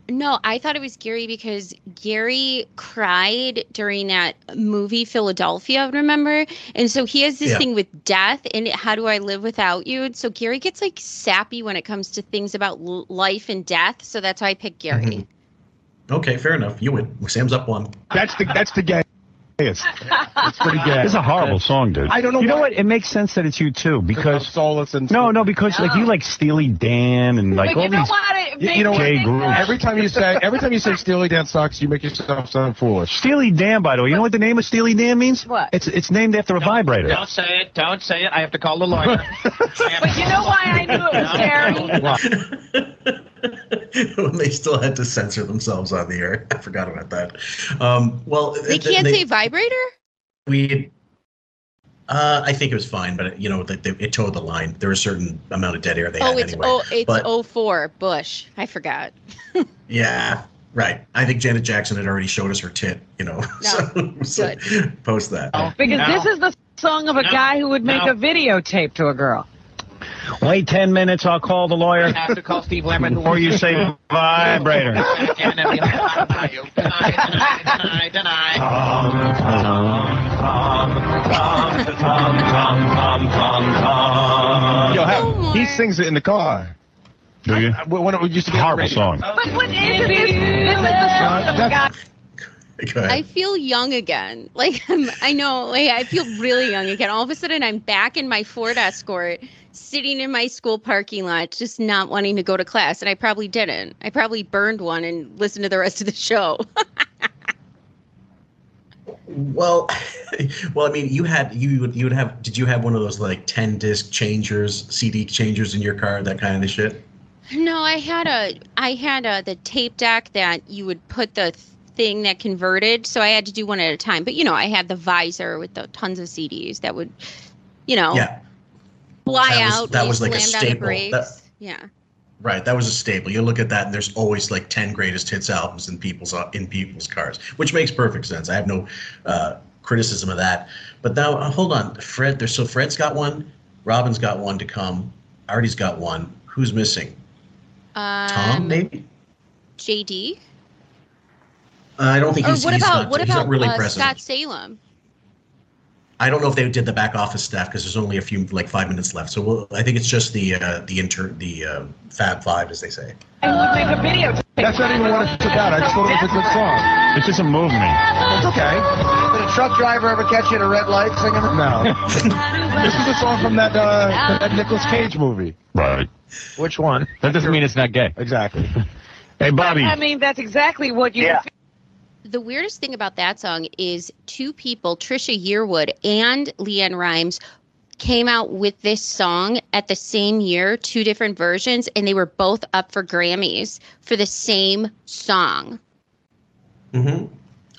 S10: No, I thought it was Gary because Gary cried during that movie Philadelphia, remember? And so he has this
S9: Yeah.
S10: thing with death and it- how do I live without you? And so Gary gets like sappy when it comes to things about l- life and death. So that's why I picked Gary.
S9: Mm-hmm. Okay, fair enough. You win. Sam's up one.
S5: That's the that's the gayest. It's
S8: pretty gay.
S5: It's a horrible song, dude.
S8: I don't know
S5: You know
S8: why-
S5: what? It makes sense that it's you too because
S8: soulless and
S5: no, no, because like you like Steely Dan and like
S13: But
S5: all
S13: you know
S5: these
S13: what? It
S5: you know
S13: makes
S5: gay
S13: sense.
S5: groups.
S8: Every time you say every time you say Steely Dan sucks, you make yourself sound foolish.
S5: Steely Dan, by the way, you know what the name of Steely Dan means?
S13: What?
S5: It's it's named after a vibrator.
S13: Don't say it. Don't say it. I have to call the lawyer. but you know why I knew it was Gary?
S9: when they still had to censor themselves on the air, I forgot about that. Um, well,
S10: They
S9: th-
S10: can't say vibrator?
S9: we. Uh, I think it was fine, but you know, they, they, it towed the line. There was a certain amount of dead air they
S10: oh,
S9: had
S10: it's
S9: anyway.
S10: oh, it's
S9: but-
S10: oh four 04 Bush. I forgot.
S9: Yeah, right. I think Janet Jackson had already showed us her tit, you know. so, so post that.
S4: Because this is the song of a guy who would make a videotape to a girl.
S5: Wait ten minutes, I'll call the lawyer.
S13: I have to call Steve Lemon.
S5: Or you say vibrator.
S13: Deny, deny.
S5: Uh,
S8: Yo, how, he sings it in the car.
S5: Do you?
S8: When it used to be
S5: Horrible song.
S13: But what is this? This is the song of
S8: Uh,
S13: a guy.
S9: Go ahead.
S10: I feel young again. Like I'm, I know, like I feel really young again. All of a sudden, I'm back in my Ford Escort, sitting in my school parking lot, just not wanting to go to class. And I probably didn't. I probably burned one and listened to the rest of the show.
S9: Well, well, I mean, you had you would you would have did you have one of those like ten disc changers, CD changers in your car, that kind of shit?
S10: no, I had a, I had a the tape deck that you would put the thing that converted. So I had to do one at a time. But you know, I had the visor with the tons of CDs that would, you know,
S9: Yeah,
S10: fly
S9: That was-
S10: out.
S9: that
S10: we
S9: was like a
S10: slammed on the
S9: staple.
S10: brakes.
S9: That-
S10: yeah.
S9: right. That was a staple. You look at that, and there's always like ten greatest hits albums in people's uh, in people's cars, which makes perfect sense. I have no uh, criticism of that. But now, uh, hold on, Fred. There's so Fred's got one, Robin's got one to come, Artie's got one. Who's missing?
S10: Um,
S9: Tom, maybe.
S10: JD.
S9: Uh, I don't think
S10: Or
S9: he's,
S10: what
S9: he's
S10: about
S9: not,
S10: what
S9: he's
S10: about
S9: not really
S10: uh,
S9: present.
S10: Scott Salem?
S9: I don't know if they did the back office staff because there's only a few, like five minutes left. So we'll, I think it's just the uh, the inter the uh, Fab Five, as they say.
S13: I would make a videotape.
S8: That's not even what it's about. I just thought it was a good song.
S5: It doesn't move me.
S8: It's okay. Did a truck driver ever catch you at a red light singing it? No. this is a song from that uh, that Nicolas Cage movie.
S5: Right.
S8: Which one?
S15: That doesn't mean it's not gay.
S8: Exactly.
S5: Hey, Bobby.
S4: I mean, that's exactly what you. Yeah.
S10: The weirdest thing about that song is two people, Trisha Yearwood and Leanne Rhymes, came out with this song at the same year, two different versions, and they were both up for Grammys for the same song.
S9: Mm-hmm.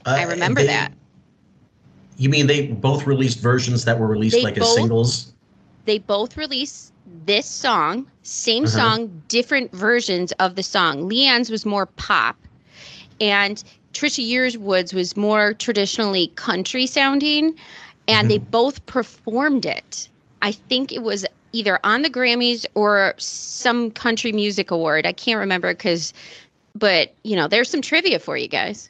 S10: I remember that.
S9: You mean they both released versions that were released
S10: They
S9: like
S10: both-
S9: as singles?
S10: They both released this song, same
S9: Uh-huh.
S10: song, different versions of the song. Leanne's was more pop. and Trisha Yearswoods was more traditionally country sounding, and they both performed it. I think it was either on the Grammys or some country music award. I can't remember because, but you know, there's some trivia for you guys.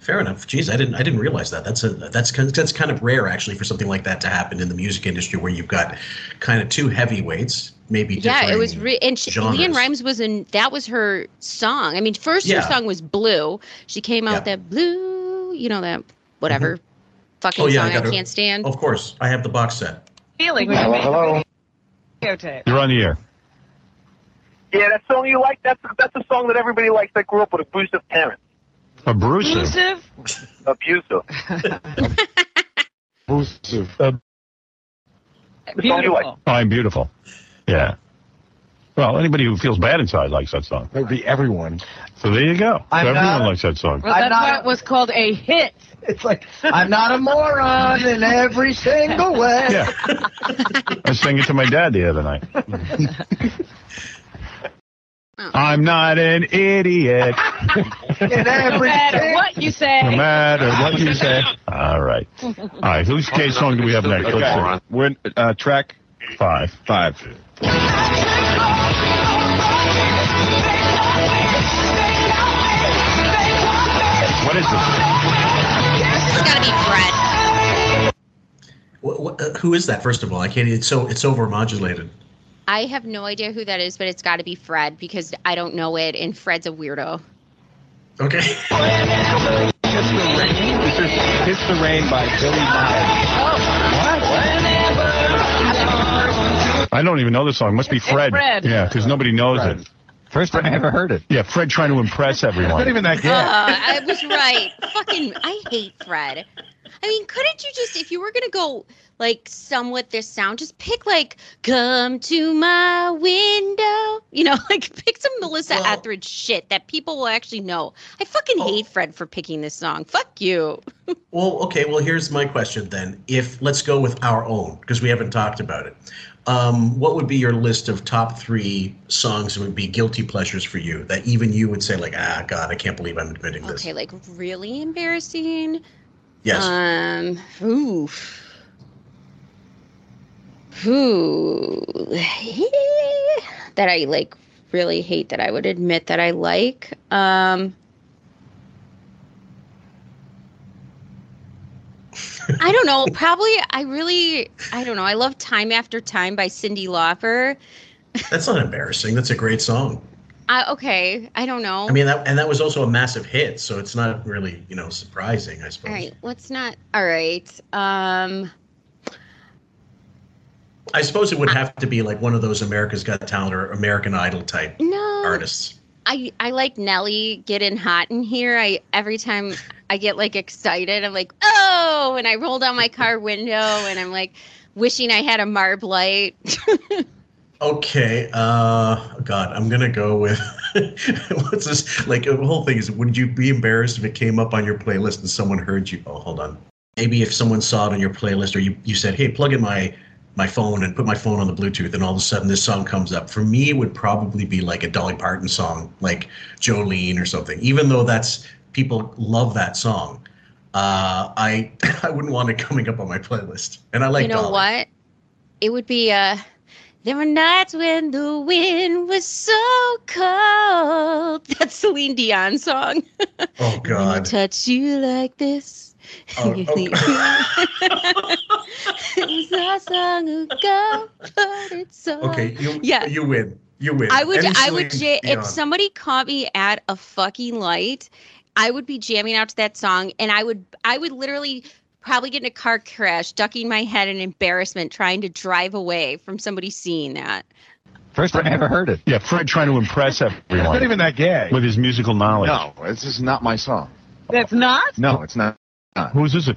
S9: Fair enough. Jeez, I didn't I didn't realize that. That's a that's kind that's kind of rare actually for something like that to happen in the music industry where you've got kind of two heavyweights, maybe.
S10: Yeah, it
S9: differing
S10: was re- and she, Leanne
S9: genres.
S10: Rhymes was in that was her song. I mean, first
S9: Yeah.
S10: her song was Blue. She came out with that Blue, you know that whatever fucking
S9: Oh yeah,
S10: song
S9: I, Oh.
S10: I,
S9: got it.
S10: can't stand.
S9: Of course, I have the box set.
S4: Feeling.
S9: You're on the air.
S13: Yeah, that song you like, that's that's a song that everybody likes that grew up with abusive parents.
S5: Abusive.
S4: Abusive?
S13: Abusive.
S5: Abusive. Uh,
S13: The song you like.
S5: I'm beautiful. Yeah. Well, anybody who feels bad inside likes that song. That would be everyone. So there you go.
S4: I'm
S5: everyone
S4: not-
S5: likes that song.
S4: Well, that's why it was called a hit.
S8: It's like I'm not a moron in every single way.
S5: Yeah. I sang it to my dad the other night. I'm not an idiot.
S4: no matter what you say.
S5: No matter what you say. All right. All right. Whose case song do we have next?
S16: Okay.
S5: Let's see.
S16: We're uh, track
S5: five.
S16: Five.
S5: What is this?
S10: It's got to be Brett.
S9: What, what, uh, who is that? First of all, I can't. It's so it's overmodulated.
S10: I have no idea who that is, but it's got to be Fred because I don't know it, and Fred's a weirdo.
S9: Okay.
S16: This is Kiss the Rain by Billy Miles.
S4: Oh,
S5: I don't even know this song. It must be Fred.
S16: Fred.
S5: Yeah, because nobody knows it. First time I ever heard it. Yeah, Fred trying to impress everyone.
S16: Not even that good.
S10: Uh, I was right. Fucking, I hate Fred. I mean, couldn't you just, if you were gonna go like somewhat this sound, just pick like "Come to my window," you know, like pick some Melissa Etheridge shit that people will actually know. I fucking hate Fred for picking this song. Fuck you.
S9: Well, okay. Well, here's my question then. If let's go with our own because we haven't talked about it. Um, what would be your list of top three songs that would be guilty pleasures for you that even you would say like, ah, God, I can't believe I'm admitting this.
S10: Okay, like really embarrassing.
S9: Yes.
S10: Um. Oof. Who that I like really hate that I would admit that I like. Um. I don't know. Probably, I really, I don't know. I love "Time After Time" by Cindy Lauper.
S9: That's not embarrassing. That's a great song.
S10: I, Uh, okay, I don't know.
S9: I mean, that, and that was also a massive hit, so it's not really you know surprising, I suppose.
S10: all right, let's not. All right. Um.
S9: I suppose it would have to be like one of those America's Got Talent or American Idol type
S10: No.
S9: artists.
S10: I I like Nelly getting hot in here. I every time I get like excited, I'm like, oh, and I roll down my car window and I'm like wishing I had a marb light.
S9: Okay, uh, God, I'm gonna go with what's this? Like the whole thing is, would you be embarrassed if it came up on your playlist and someone heard you? Oh, hold on. Maybe if someone saw it on your playlist, or you you said, hey, plug in my my phone and put my phone on the Bluetooth, and all of a sudden this song comes up. For me, it would probably be like a Dolly Parton song, like Jolene or something. Even though that's people love that song, uh, I I wouldn't want it coming up on my playlist. And I like
S10: you know
S9: Dolly.
S10: what? It would be uh there were nights when the wind was so cold. That's Celine Dion song.
S9: Oh God.
S10: Touch you like this.
S9: Oh,
S10: You
S9: oh.
S10: think- it was not long ago, but it's so
S9: Okay, you
S10: Oh, Yeah.
S9: you win. You win.
S10: I would,
S9: Any
S10: I would,
S9: Celine
S10: ja-
S9: Dion.
S10: if somebody caught me at a fucking light, I would be jamming out to that song, and I would, I would literally probably get in a car crash, ducking my head in embarrassment, trying to drive away from somebody seeing that.
S5: First time I ever heard it. Yeah, Fred trying to impress everyone.
S16: Not even that gay.
S5: With his musical knowledge.
S16: No, this is not my song.
S4: That's not?
S16: No, it's not.
S5: Whose is it?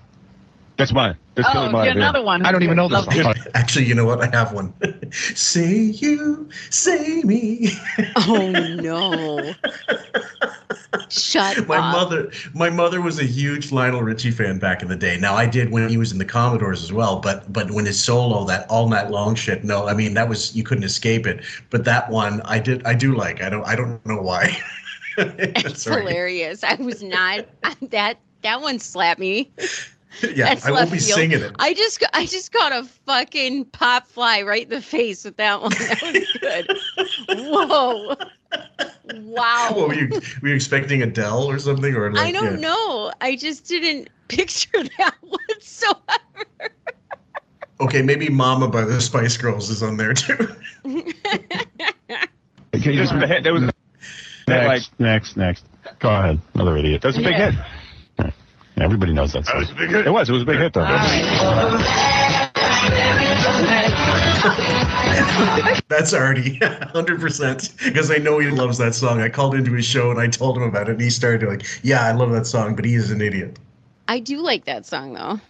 S16: That's mine.
S4: That's Oh, Billy Mine, yeah, yeah. another one.
S16: I don't even know this
S4: Love
S16: one.
S9: Actually, you know what? I have one. say you, say me.
S10: Oh no! Shut
S9: my
S10: up.
S9: mother, my mother was a huge Lionel Richie fan back in the day. Now I did when he was in the Commodores as well, but but when his solo that all night long shit, no, I mean that was you couldn't escape it. But that one I did, I do like. I don't, I don't know why.
S10: It's hilarious. I was not that that one slapped me.
S9: Yeah,
S10: That's
S9: I will
S10: left
S9: be
S10: field.
S9: singing it.
S10: I just I just got a fucking pop fly right in the face with that one. That was good. Whoa. Wow.
S9: What were you? Were you expecting Adele or something? Or like,
S10: Oh. I don't
S9: yeah.
S10: know. I just didn't picture that one. So
S9: Okay, maybe "Mama" by the Spice Girls is on there too.
S16: Just the hit- That was
S17: Next, next, next. Go ahead. Another idiot. That's a big
S16: Yeah.
S17: hit. Yeah, Everybody knows that. song. It was. It was a big hit, though.
S9: That's already 100% because I know he loves that song. I called into his show and I told him about it, and he started like, "Yeah, I love that song, but he is an idiot."
S10: I do like that song though.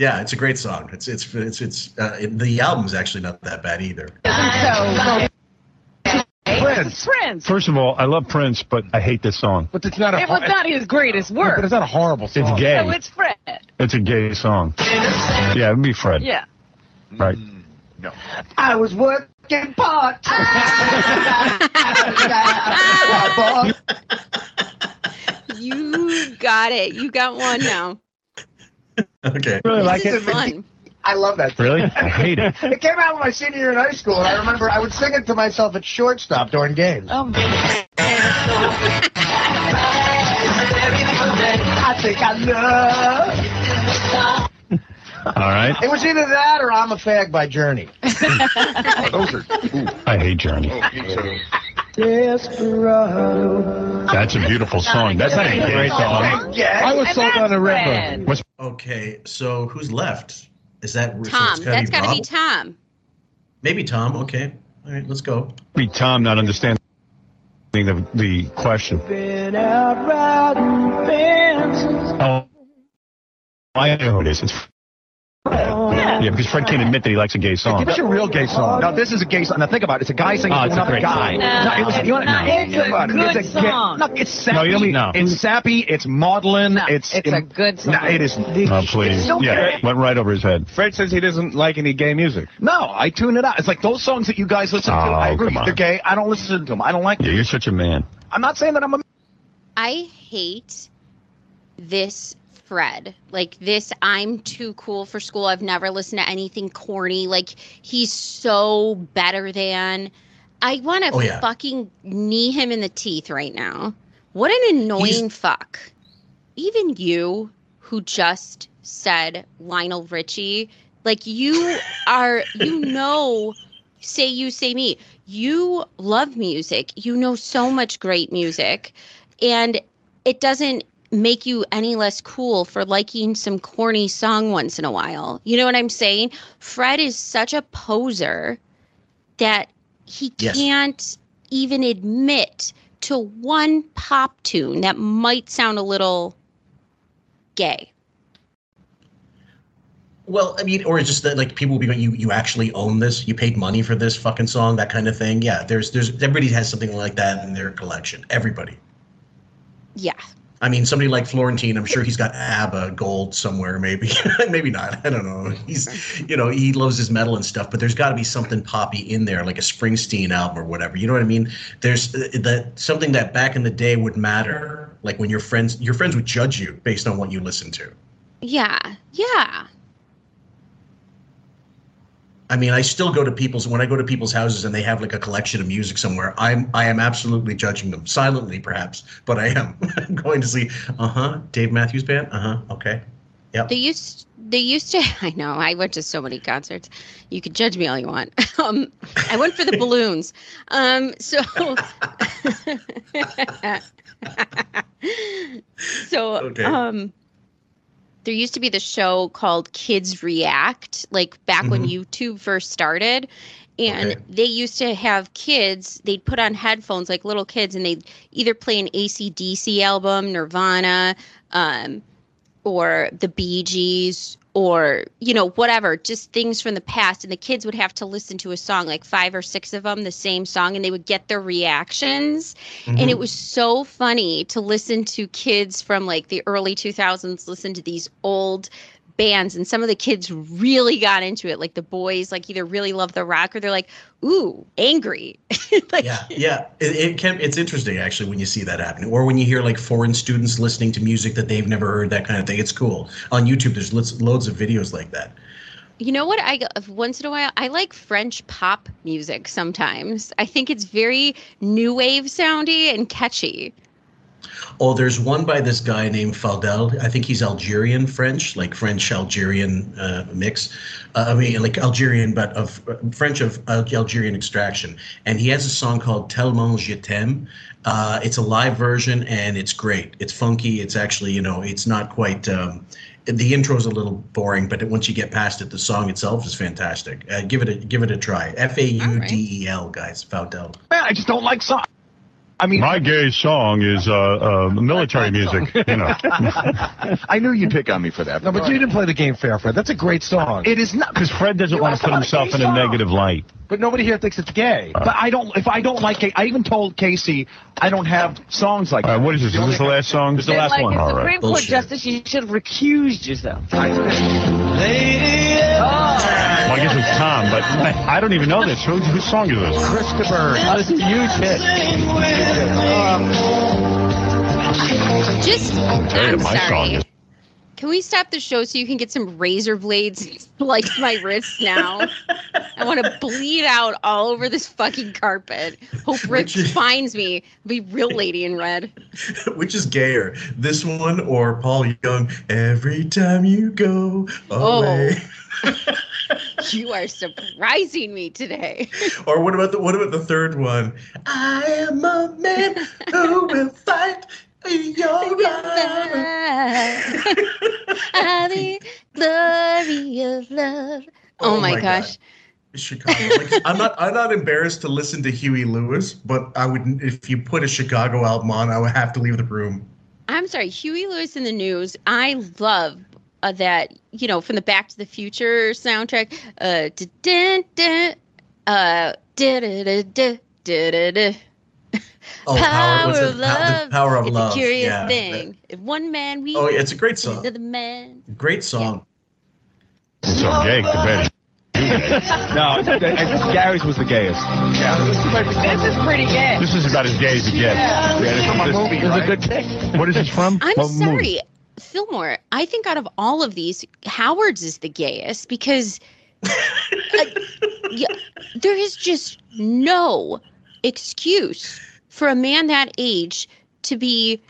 S9: Yeah, it's a great song. It's it's it's it's uh, it, the album's actually not that bad either.
S17: Prince. First of all, I love Prince, but I hate this song.
S16: But it's not
S4: It was not his greatest work.
S17: but it's not a horrible
S16: Oh.
S17: song. It's gay.
S4: So it's Fred.
S17: It's a gay song. Yeah, it'd be Fred.
S4: Yeah.
S17: Right.
S8: I was working part.
S10: You got it. You got one now.
S9: Okay.
S8: Really like
S10: This
S8: it.
S10: is fun.
S8: I love that.
S17: Really? I hate it.
S8: It came out when I senior year in high school, and I remember I would sing it to myself at shortstop during games.
S4: Um.
S8: I think I love.
S17: All right.
S8: It was either that or I'm a fag by Journey.
S17: Those are. I hate Journey.
S8: Desperado.
S17: That's a beautiful song. That's not a gay song.
S8: I was sold on a red
S17: What's
S9: Okay, so who's left? Is that so it's
S10: Tom.
S9: gotta
S10: That's gotta
S9: Rob?
S10: be Tom.
S9: Maybe Tom. Okay. All right, let's go.
S17: be Tom not understanding the the question?
S8: Been out riding fences.
S17: Oh, I know who it is. It's Fred. Yeah, because Fred can't admit that he likes a gay song.
S16: Oh. Give us your real gay song. Now this is a gay song. Now think about it. It's a guy singing
S17: Oh,
S16: to
S17: it's a
S16: another
S17: great
S16: guy.
S17: song.
S16: No, it was, you know, what?
S17: No,
S16: think
S17: it's a
S16: about it. it's
S17: good
S16: a gay-
S17: song.
S16: No, it's sappy.
S17: No, you don't- no.
S16: It's sappy. It's maudlin. it's
S17: it's a
S16: good No, it is.
S17: Oh, please. Yeah, went right over his head.
S16: Fred says he doesn't like any gay music. No, I tune it out. It's like those songs that you guys listen to.
S17: Oh,
S16: I agree.
S17: come on.
S16: They're gay. I don't listen to them. I don't like.
S17: Yeah, you're such a man.
S16: I'm not saying that I'm a.
S10: I hate this Fred. Like this I'm too cool for school. I've never listened to anything corny. Like he's so better than I want to
S9: Oh, yeah.
S10: fucking knee him in the teeth right now. What an annoying fuck. Even you who just said Lionel Richie, like you are you know say you say me. You love music. You know so much great music and it doesn't make you any less cool for liking some corny song once in a while. You know what I'm saying? Fred is such a poser that he
S14: Yes.
S10: can't even admit to one pop tune that might sound a little gay.
S9: Well, I mean, or it's just that like people will be going, you you actually own this, you paid money for this fucking song, that kind of thing. Yeah, there's there's everybody has something like that in their collection. Everybody.
S10: Yeah.
S9: I mean, somebody like Florentine, I'm sure he's got ABBA gold somewhere, maybe, maybe not. I don't know. He's, you know, he loves his metal and stuff, but there's got to be something poppy in there, like a Springsteen album or whatever. You know what I mean? There's uh, that something that back in the day would matter, like when your friends, your friends would judge you based on what you listen to.
S10: Yeah. Yeah.
S9: I mean, I still go to people's when I go to people's houses and they have like a collection of music somewhere. I'm I am absolutely judging them silently, perhaps, but I am I'm going to see. Uh huh. Dave Matthews Band. Uh huh. Okay. Yep.
S10: They used they used to I know, I went to so many concerts. You could judge me all you want. Um I went for the balloons. Um so So
S14: Okay.
S10: um there used to be the show called Kids React, like back when
S14: Mhm.
S10: YouTube first started. And
S14: Okay.
S10: they used to have kids, they'd put on headphones like little kids, and they'd either play an ACDC album, Nirvana, um, or the Bee Gees or you know whatever just things from the past and the kids would have to listen to a song like five or six of them the same song and they would get their reactions
S9: Mm-hmm.
S10: and it
S14: Mhm.
S10: was so funny to listen to kids from like the early 2000s listen to these old bands and some of the kids really got into it like the boys like either really love the rock or they're like ooh angry
S9: yeah, yeah. It, it can. It's interesting actually when you see that happen, or when you hear like foreign students listening to music that they've never heard, that kind of thing. It's cool. On YouTube, there's loads, loads of videos like that.
S10: you know what i once in a while i like french pop music sometimes i think it's very new wave soundy and catchy
S9: Oh, there's one by this guy named Faldel. I think he's Algerian French, like French Algerian uh, mix. Uh, I mean, like Algerian, but of uh, French of uh, Algerian extraction. And he has a song called Tellement Je t'aime. Uh, it's a live version and it's great. It's funky. It's actually, you know, it's not quite. Um, the intro's a little boring, but once you get past it, the song itself is fantastic. Uh, give it a give it a try. F A U D E L, guys. Faudel.
S16: Man, I just don't like song. I mean,
S5: my gay song is uh, uh, military music. You know,
S17: I knew you'd pick on me for that.
S8: No, but you didn't play the game fair, Fred. That's a great song.
S16: It is not
S8: because Fred
S5: doesn't want to put himself in a negative light.
S16: But nobody here thinks it's gay.
S11: Uh,
S16: but I don't. If I don't like, it, I even told Casey I don't have songs like. that.
S5: what is this? Is this the last song? This
S16: is the last
S4: like
S16: one.
S4: a
S5: All
S4: Supreme
S5: right.
S4: Court justice, you should have recused yourself.
S11: Oh.
S5: Well, I guess it's Tom, but I, I don't even know this. Who, whose song is this?
S16: Christopher.
S5: Oh, this is a huge hit.
S10: just
S5: Hey,
S10: i'm
S5: my song
S10: sorry
S5: is-
S10: can we stop the show so you can get some razor blades and slice my wrists now? I want to bleed out all over this fucking carpet. Hope Rich finds me. Be real lady in red.
S9: Which is gayer, this one or Paul Young? Every time you go away.
S10: You are surprising me today.
S9: Or what about the what about the third one? I am a man who will fight
S10: the
S9: your
S10: glory of love. Oh, my, gosh.
S9: Chicago. Like, I'm not. I'm not embarrassed to listen to Huey Lewis, but I would. If you put a Chicago album on, I would have to leave the room.
S10: I'm sorry, Huey Lewis in the news. I love uh, that, you know, from the Back to the Future soundtrack. Uh, da-dun, dun, uh, da-da-da-da, da-da-da.
S9: Oh,
S10: power,
S9: what's
S10: of
S9: it? Pow- the
S10: love.
S9: Power of
S10: it's
S9: love.
S10: A curious
S9: yeah.
S10: thing. If one man we.
S9: Oh, yeah, it's a great song.
S10: The man.
S9: Great song.
S5: It's so gay compared.
S16: No, th- th- Gary's was the gayest.
S5: This
S14: is pretty gay.
S5: This is about as gay as it gets.
S16: Yeah.
S5: this,
S16: It's from a movie,
S5: this is
S16: right?
S5: a good thing. What is this from?
S10: I'm
S5: What
S10: sorry,
S5: movie?
S10: Fillmore. I think out of all of these, Howard's is the gayest because uh, yeah, there is just no excuse for a man that age to be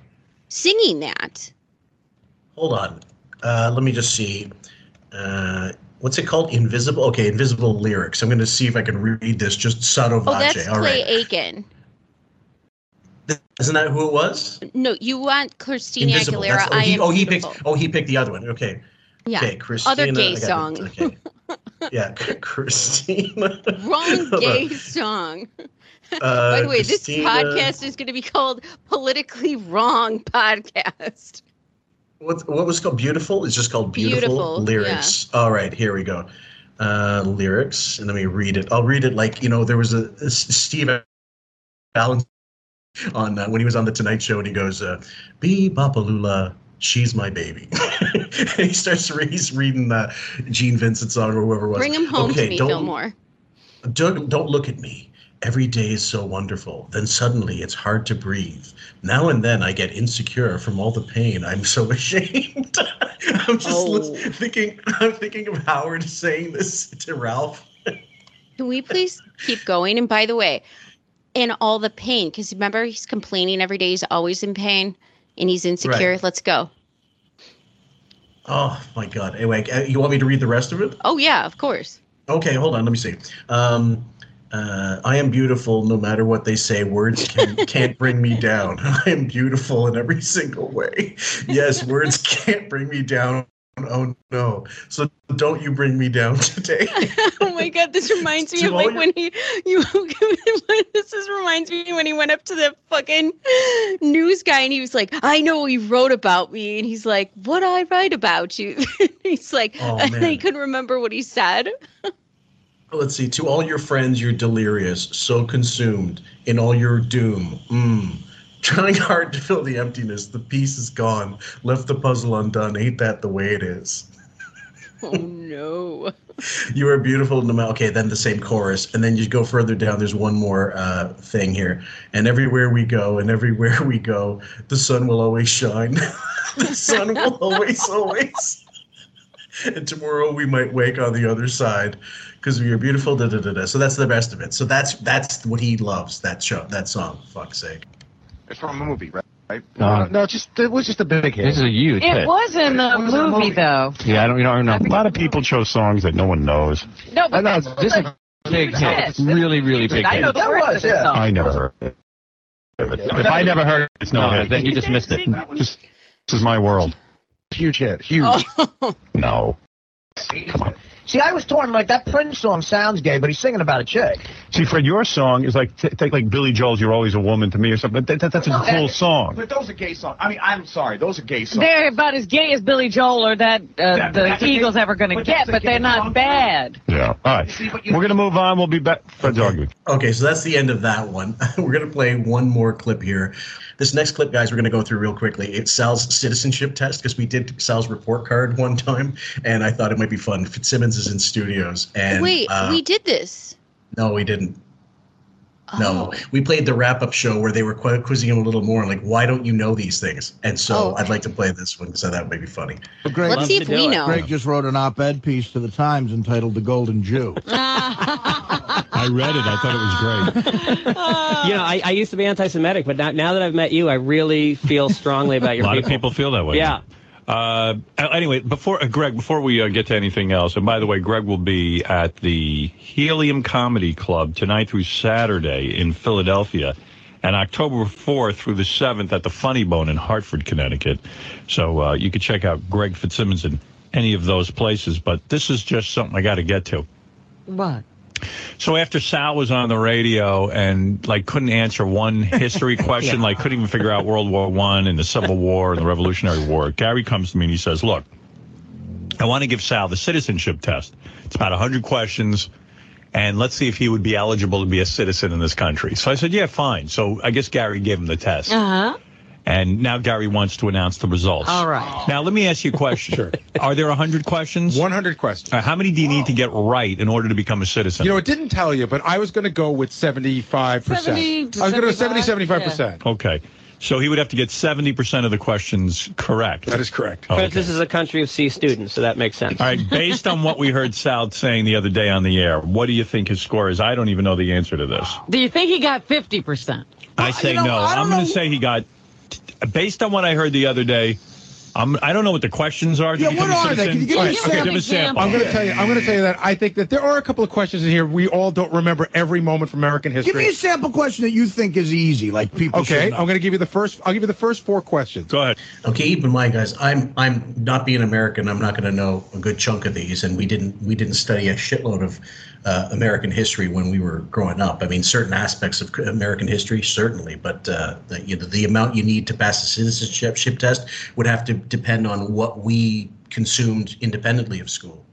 S10: singing that.
S9: Hold on. Uh, let me just see. Uh, what's it called? Invisible. Okay, invisible lyrics. I'm going to see if I can read this just sotto
S10: Oh,
S9: voce.
S10: that's
S9: All
S10: Clay
S9: right.
S10: Aiken.
S9: Isn't that who it was?
S10: No, you want Christina
S9: Invisible.
S10: Aguilera.
S9: That's- oh,
S10: I
S9: he,
S10: am
S9: oh, he picked.
S10: beautiful.
S9: Oh, he picked the other one. Okay.
S10: Yeah.
S9: Okay, Christina.
S10: Other
S9: I
S10: gay
S9: got it.
S10: song.
S9: Okay. Yeah, Christina.
S10: Wrong
S9: Hold on.
S10: gay song.
S9: Uh,
S10: By the way,
S9: Christina-
S10: this podcast is going to be called Politically Wrong Podcast.
S9: What what was called beautiful? It's just called beautiful,
S10: Beautiful,
S9: lyrics. All right, here we go. Uh, lyrics, and let me read it. I'll read it like you know there was a, a S- Steve Allen on uh, when he was on the Tonight Show, and he goes, uh, "Be Bapalula, she's my baby." and he starts re- he's reading uh, Gene Vincent song or whoever it was.
S10: Bring him home
S9: okay,
S10: to me,
S9: don't,
S10: Fillmore.
S9: Don't, don't look at me. Every day is so wonderful. Then suddenly it's hard to breathe. Now and then I get insecure from all the pain. I'm so ashamed. I'm just lis- thinking. I'm thinking of Howard saying this to Ralph.
S10: Can we please keep going? And by the way, and all the pain, because remember he's complaining every day. He's always in pain, and he's insecure.
S9: Right.
S10: Let's go.
S9: Oh my God. Anyway, uh, you want me to read the rest of it?
S10: Oh yeah, of course.
S9: Okay, hold on. Let me see. Um, uh, I am beautiful no matter what they say. Words can, can't bring me down. I am beautiful in every single way. Yes, words can't bring me down. Oh no. So don't you bring me down today.
S10: oh my god, this reminds me
S9: Do
S10: of like
S9: all
S10: when he you this is reminds me when he went up to the fucking news guy and he was like, I know he wrote about me and he's like, What I write about you? he's like
S9: Oh,
S10: and he
S9: man.
S10: couldn't remember what he said.
S9: Let's see. To all your friends, you're delirious, so consumed in all your doom. Mm. Trying hard to fill the emptiness. The piece is gone. Left the puzzle undone. Ain't that the way it is?
S10: Oh no.
S9: You are beautiful no matter. Okay, then the same chorus, and then you go further down. There's one more uh, thing here, and everywhere we go, and everywhere we go, the sun will always shine. the sun will always, always. And tomorrow we might wake on the other side, because we are beautiful. Da, da, da, da. So that's the best of it. So that's that's what he loves. That show, that song. Fuck's sake.
S18: It's from a movie, right? Right?
S19: No,
S5: Uh,
S19: no, just it was just a big hit.
S18: This is a
S19: huge
S4: It was in the
S18: It was in the
S4: movie,
S18: movie.
S4: though.
S5: Yeah, I don't. You don't know. A lot of people chose songs that no one knows.
S4: No, but
S5: know, this is a big hit. Really, really big
S4: I
S5: hit.
S4: know that was, yeah.
S5: I never heard it. If I never heard it, it's no hit. Then you just missed it. This, this is my world.
S19: Huge hit. Huge.
S5: Oh. No.
S20: See, I was torn. Like that Prince song sounds gay, but he's singing about a chick.
S5: See, Fred, your song is like t- take like Billy Joel's "You're Always a Woman" to me or something. That, that, that's a cool song.
S18: But those are gay songs. I mean, I'm sorry, those are gay songs.
S4: They're about as gay as Billy Joel or that uh,
S5: Yeah,
S4: the
S5: that's a gay-
S4: Eagles ever going to
S5: but
S4: get,
S5: that's a
S4: but they're
S5: gay
S4: not bad.
S5: Yeah. All right. We're gonna move on. We'll be back. Fred's arguing.
S9: Okay, so that's the end of that one. we're going to play one more clip here. This next clip, guys, we're going to go through real quickly. It's Sal's citizenship test because we did Sal's report card one time, and I thought it might be fun. Fitzsimmons is in studios, and
S10: Wait,
S9: uh,
S10: we did this. Oh,
S9: no, we didn't. No, we played the wrap-up show where they were qu- quizzing him a little more, like, "Why don't you know these things?" And so
S10: Oh.
S9: I'd like to play this one because I thought it might be funny.
S8: Greg,
S9: Let's see if we know.
S8: Greg just wrote an op-ed piece to the Times entitled "The Golden Jew."
S21: I read it. I thought it was great. you know, I, I used to be anti-Semitic, but now, now that I've met you, I really feel strongly about your
S2: a lot
S21: people.
S2: of people feel that way.
S21: Yeah.
S2: Uh, anyway, before uh, Greg, before we uh, get to anything else, and by the way, Greg will be at the Helium Comedy Club tonight through Saturday in Philadelphia, and October fourth through the seventh at the Funny Bone in Hartford, Connecticut. So uh, you can check out Greg Fitzsimmons in any of those places. But this is just something I got to get to.
S4: What?
S2: So after Sal was on the radio and like couldn't answer one history question,
S22: Yeah.
S2: like couldn't even figure out World War One and the Civil War and the Revolutionary War, Gary comes to me and he says, "Look, I want to give Sal the citizenship test. It's about 100 questions, and let's see if he would be eligible to be a citizen in this country." So I said, "Yeah, fine." So I guess Gary gave him the test,
S23: Uh-huh.
S24: Uh huh.
S2: and now Gary wants to announce the results.
S24: All right.
S2: Now let me ask you a question: Are there 100 questions? Uh,
S11: 100 questions.
S2: how many do you need to get right in order to become a citizen?
S11: You know, it didn't tell you, but I was going to go with 75%.
S2: 70 to
S11: I was going to go 70,
S2: 75,
S11: 75%.
S2: Okay. So he would have to get 70% of the questions correct. That is correct.
S21: But this is a country of C students, so that makes sense.
S2: All right. Based on what we heard Sal saying the other day on the air, what do you think his score is? I don't even know the answer to this.
S23: Do you think he got 50%?
S2: I say no. I'm going to say he got, based on what I heard the other day, I'm, I don't know what the questions are. to
S11: Yeah,
S2: become
S11: what
S2: a
S11: are they? Can
S2: citizen.
S11: you give me a
S2: All right, okay, give a sample.
S11: I'm going to tell you. I'm going to tell you that I think that there are a couple of questions in here. We all don't remember every moment from American history.
S8: Give me a sample question that you think is easy, like people.
S11: Okay,
S8: should know.
S11: I'm going to give you the first. I'll give you the first four questions.
S2: Go ahead.
S9: Okay, keep in mind, guys, I'm I'm not being American. I'm not going to know a good chunk of these, and we didn't we didn't study a shitload of uh, American history when we were growing up. I mean, certain aspects of American history certainly, but uh, the, you know, the amount you need to pass the citizenship ship test would have to depend on what we consumed independently of school.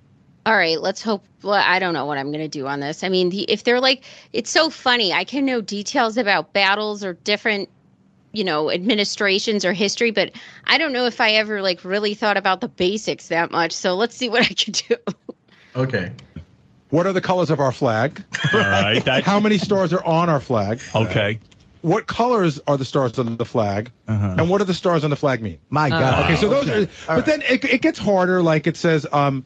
S10: All right, let's hope. Well, I don't know what I'm going to do on this. I mean, the, if they're like, it's so funny. I can know details about battles or different, you know, administrations or history, but I don't know if I ever like really thought about the basics that much. So let's see what I can do.
S9: Okay.
S11: What are the colors of our flag?
S2: All right.
S11: How many stars are on our flag?
S2: Okay.
S11: What colors are the stars on the flag?
S8: Uh-huh.
S11: And what do the stars on the flag mean? Uh,
S8: My God.
S11: Okay, so those
S8: Okay.
S11: are. but then it, it gets harder. Like it says, um,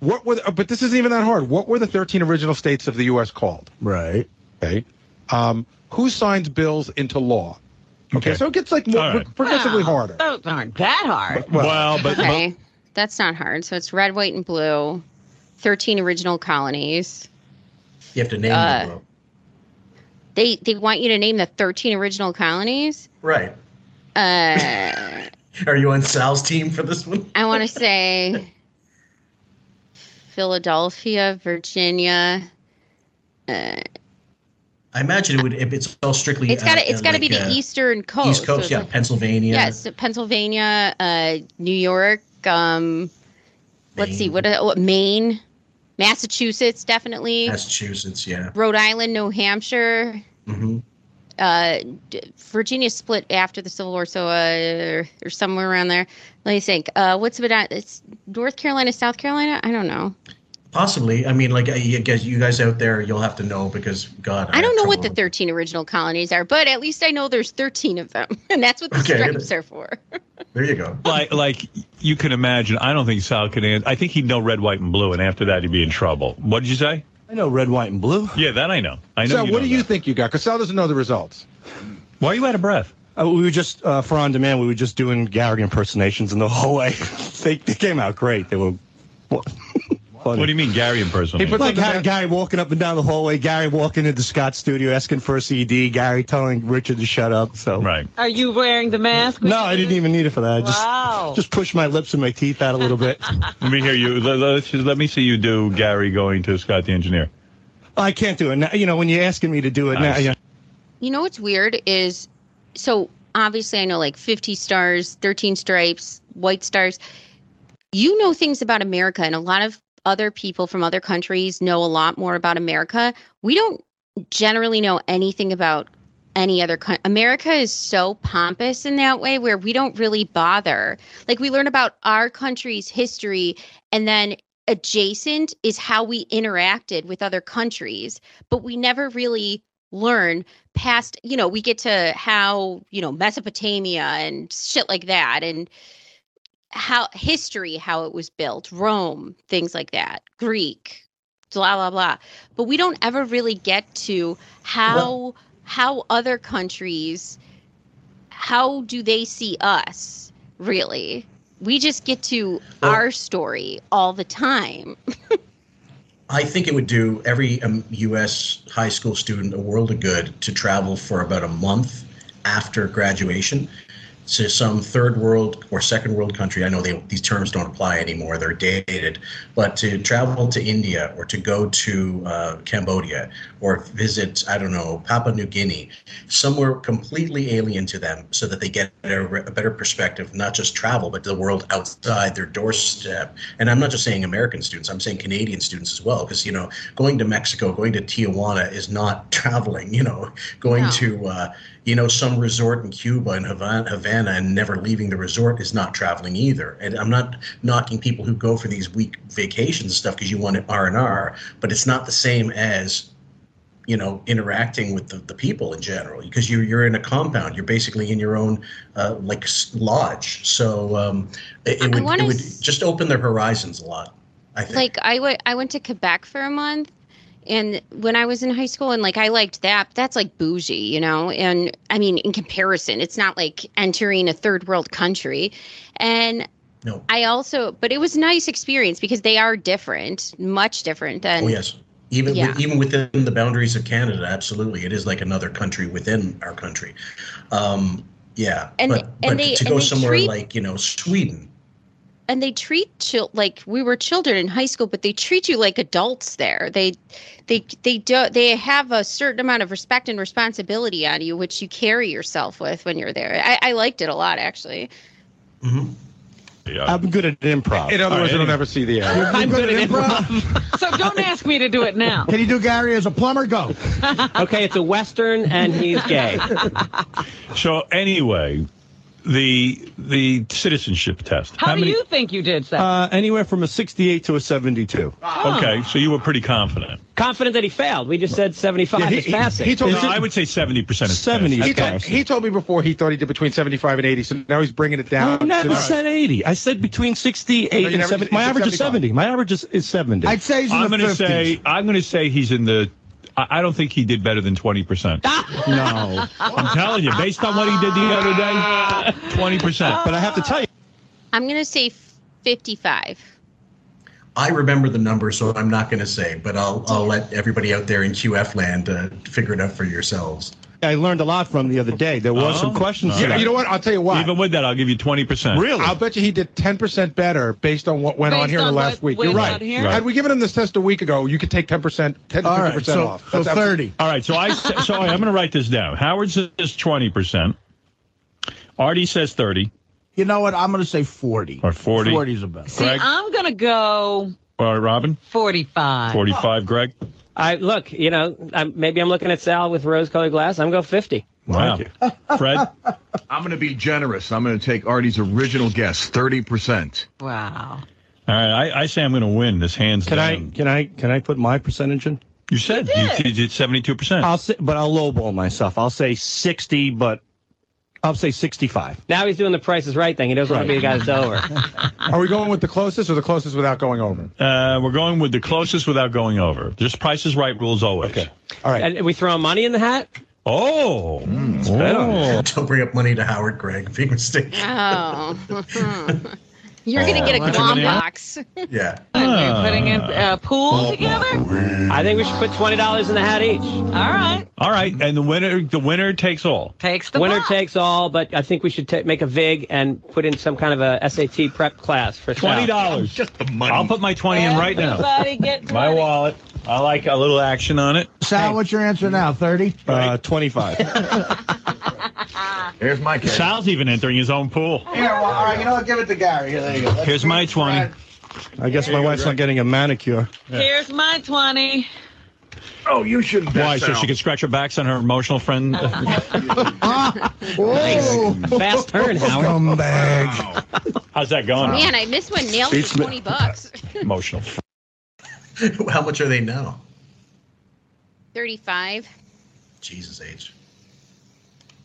S11: what were? The, but this isn't even that hard. What were the 13 original states of the U.S. called?
S8: Right.
S11: Okay. Um, who signs bills into law? Okay.
S2: Okay.
S11: So it gets like more,
S2: All right.
S11: progressively
S10: Wow.
S11: harder.
S10: Those aren't that hard.
S2: Well, but,
S10: okay, that's not hard. So it's red, white, and blue. Thirteen original colonies.
S9: You have to name
S10: Uh,
S9: them. though.
S10: They they want you to name the thirteen original colonies.
S9: Right.
S10: Uh.
S9: Are you on Sal's team for this one?
S10: I want to say Philadelphia, Virginia. Uh,
S9: I imagine it would. If it's all strictly.
S10: it's got
S9: uh,
S10: to it's got to
S9: like,
S10: be the
S9: uh,
S10: Eastern Coast.
S9: East Coast,
S10: so
S9: yeah,
S10: it's-
S9: Pennsylvania.
S10: Yes, Pennsylvania, uh, New York. Um, let's see, what, uh, what Maine, Massachusetts, definitely.
S9: Massachusetts, yeah.
S10: Rhode Island, New Hampshire.
S9: hmm
S10: uh, d- Virginia split after the Civil War, so uh, or somewhere around there. Let me think. Uh, what's been on? It's North Carolina, South Carolina. I don't know.
S9: Possibly. I mean, like, I I guess you guys out there, you'll have to know because, God.
S10: I don't know what the 13 original colonies are, but at least I know there's 13 of them, and that's what the
S9: Okay.
S10: stripes are for.
S9: There you go.
S2: Like, like you can imagine, I don't think Sal could answer. I think he'd know red, white, and blue, and after that, he'd be in trouble. What did you say? I know red, white, and blue. Yeah, that I know. I know.
S11: Sal,
S2: you
S11: what
S2: know
S11: do you think you got? Because Sal doesn't know the results.
S2: Why are you out of breath?
S25: Uh, we were just uh, for on demand. We were just doing Gallagher impersonations, and the whole way they, they came out great. They were. What
S2: do you mean, Gary impersonation?
S25: like how Gary walking up and down the hallway, Gary walking into Scott's studio asking for a CD, Gary telling Richard to shut up. So
S2: right.
S3: Are you wearing the mask?
S25: No, I didn't even need it for that. I just
S3: Wow.
S25: just pushed my lips and my teeth out a little bit.
S2: Let me hear you. Let, let's just, let me see you do Gary going to Scott the engineer.
S25: I can't do it now. You know when you're asking me to do it now.
S2: Nice.
S25: You know,
S10: You know what's weird is so obviously I know like 50 stars, 13 stripes, white stars. You know things about America and a lot of other people from other countries know a lot more about America. We don't generally know anything about any other country. America is so pompous in that way where we don't really bother. Like we learn about our country's history and then adjacent is how we interacted with other countries, but we never really learn past, you know, we get to how, you know, Mesopotamia and shit like that and how history, how it was built, Rome, things like that, Greek, blah blah blah. But we don't ever really get to how how other countries how do they see us really? We just get to our story all the time.
S9: I think it would do every um, U.S. high school student a world of good to travel for about a month after graduation to some third world or second world country. I know they, these terms don't apply anymore; they're dated. But to travel to India or to go to uh, Cambodia or visit, I don't know, Papua New Guinea, somewhere completely alien to them, so that they get a, a better perspective, not just travel, but the world outside their doorstep. And I'm not just saying American students; I'm saying Canadian students as well, because you know, going to Mexico, going to Tijuana is not traveling. You know, going
S10: No.
S9: to uh, you know, some resort in Cuba and Havana, Havana and never leaving the resort is not traveling either. And I'm not knocking people who go for these week vacations and stuff because you want R and R, but it's not the same as, you know, interacting with the, the people in general because you you're in a compound. You're basically in your own uh, like s- lodge. So um, it,
S10: I
S9: it would
S10: wanna
S9: it would
S10: s-
S9: just open their horizons a lot. I think.
S10: like I went I went to Quebec for a month and when I was in high school and like I liked that that's like bougie you know and I mean in comparison it's not like entering a third world country and
S9: No.
S10: I also but it was a nice experience because they are different much different than
S9: Oh yes, even
S10: Yeah.
S9: with, even within the boundaries of Canada, absolutely, it is like another country within our country. Um, yeah,
S10: And-
S9: but,
S10: and
S9: but
S10: they-
S9: to
S10: and
S9: go
S10: they
S9: somewhere
S10: treat-
S9: like you know Sweden,
S10: and they treat chil- like we were children in high school but they treat you like adults there they they they do they have a certain amount of respect and responsibility on you which you carry yourself with when you're there I, I liked it a lot actually
S2: Uh,
S25: I'm good at improv.
S11: In other
S25: All
S11: words,
S25: right,
S11: it'll
S25: anyway.
S11: never see the
S25: You're-
S11: end.
S25: you're good at improv?
S3: So don't ask me to do it now.
S26: Can you do Gary as a plumber? Go.
S21: okay, it's a western and he's gay.
S2: So anyway, the the citizenship test.
S21: How do you think you did, Sal?
S25: Uh, anywhere from a 68 to a 72.
S2: Okay, so you were pretty confident.
S21: Confident that he failed. We just said 75
S11: Yeah, he-
S21: is
S11: he-
S21: passing.
S11: he told
S2: No,
S11: me-
S2: I would say seventy percent.
S11: He told, he told me before he thought he did between 75 and 80, so now he's bringing it down.
S25: I never
S11: to-
S25: said 80. I said between 68
S11: No, you
S25: and
S11: never-
S25: 70.
S11: you
S25: My
S11: said
S25: average is
S11: 75.
S25: 70. My average is, is 70.
S26: I'd say
S2: I'm going to say I'm going to say he's in the. I I don't think he did better than twenty percent.
S25: no.
S2: I'm telling you, based on what he did the other day, twenty percent.
S25: But I have to tell you,
S10: i'm gonna say 55
S9: I remember the number, so I'm not going to say, but I'll I'll let everybody out there in QF land uh, figure it out for yourselves.
S25: I learned a lot from the other day. There were some questions.
S11: Yeah, Oh, you know what? I'll tell you what.
S2: Even with that, I'll give you twenty percent.
S11: I'll bet you he did 10% better based on what went on
S25: Based
S11: here in the
S25: on
S11: last
S25: what
S11: week. You're
S25: went
S11: right.
S25: on here? Right.
S11: Had we given him this test a week ago, you could take 10%, 10 to 50% off. That's absolutely-
S2: All right, so I so I, I'm going to write this down. Howard says twenty percent. Artie says thirty
S26: You know what? I'm going to say 40.
S2: or forty.
S26: 40 is about.
S3: See,
S2: Greg
S3: I'm gonna go
S2: or Robin.
S3: 45.
S2: Forty-five. Greg.
S21: I look, you know, i maybe I'm looking at Sal with rose-colored glass. I'm going go 50.
S2: Wow. Fred?
S27: I'm going to be generous. I'm going to take Artie's original guess, 30%.
S21: Wow.
S2: All right, I, I say I'm going to win this hands
S25: Can I
S11: Mm.
S2: down.
S25: can I can I put my percentage in?
S2: You said you did, seventy two percent.
S25: I'll say, but I'll lowball myself. I'll say sixty, but I'll say sixty-five.
S21: Now he's doing the Price is Right thing. He doesn't want to be the guy that's over.
S11: Are we going with the closest or the closest without going over?
S2: Uh, we're going with the closest without going over. Just Price is Right rules always. Okay.
S11: All right.
S21: And we throw money in the hat.
S2: Oh,
S9: Don't bring up money to Howard, Greg. Big mistake.
S10: Oh. You're going to
S9: Oh,
S10: get a
S9: that's
S10: glom
S9: an idea.
S10: box.
S9: Yeah.
S21: Ah.
S3: putting in a pool together.
S21: I think we should put twenty dollars in the hat each. All
S3: right.
S2: All right, and the winner the winner takes all.
S3: Takes the
S21: Winner
S3: box.
S21: takes all, but I think we should ta make a vig and put in some kind of a SAT prep class for Sal.
S2: Twenty dollars. Just the money. I'll put my twenty in right now.
S3: Everybody get
S2: My wallet. I like a little action on it.
S26: Sal, what's your answer now? 30?
S2: Uh, twenty-five.
S27: Here's my case.
S2: Sal's even entering his own pool.
S8: Here, well, all right, you know what? Give it to Gary. Here, there you go. Let's
S2: Here's my twenty.
S25: I guess my wife's not getting a manicure.
S3: Here's my twenty.
S27: Oh, you shouldn't.
S2: Why? So she could scratch her backs on her emotional friend.
S25: Oh,
S21: Fast turn, Howard.
S2: How's that going?
S10: Man, I missed one nailed for
S2: Beats me.
S10: 20 bucks.
S2: Emotional.
S9: How much are they now?
S10: 35.
S9: Jesus age.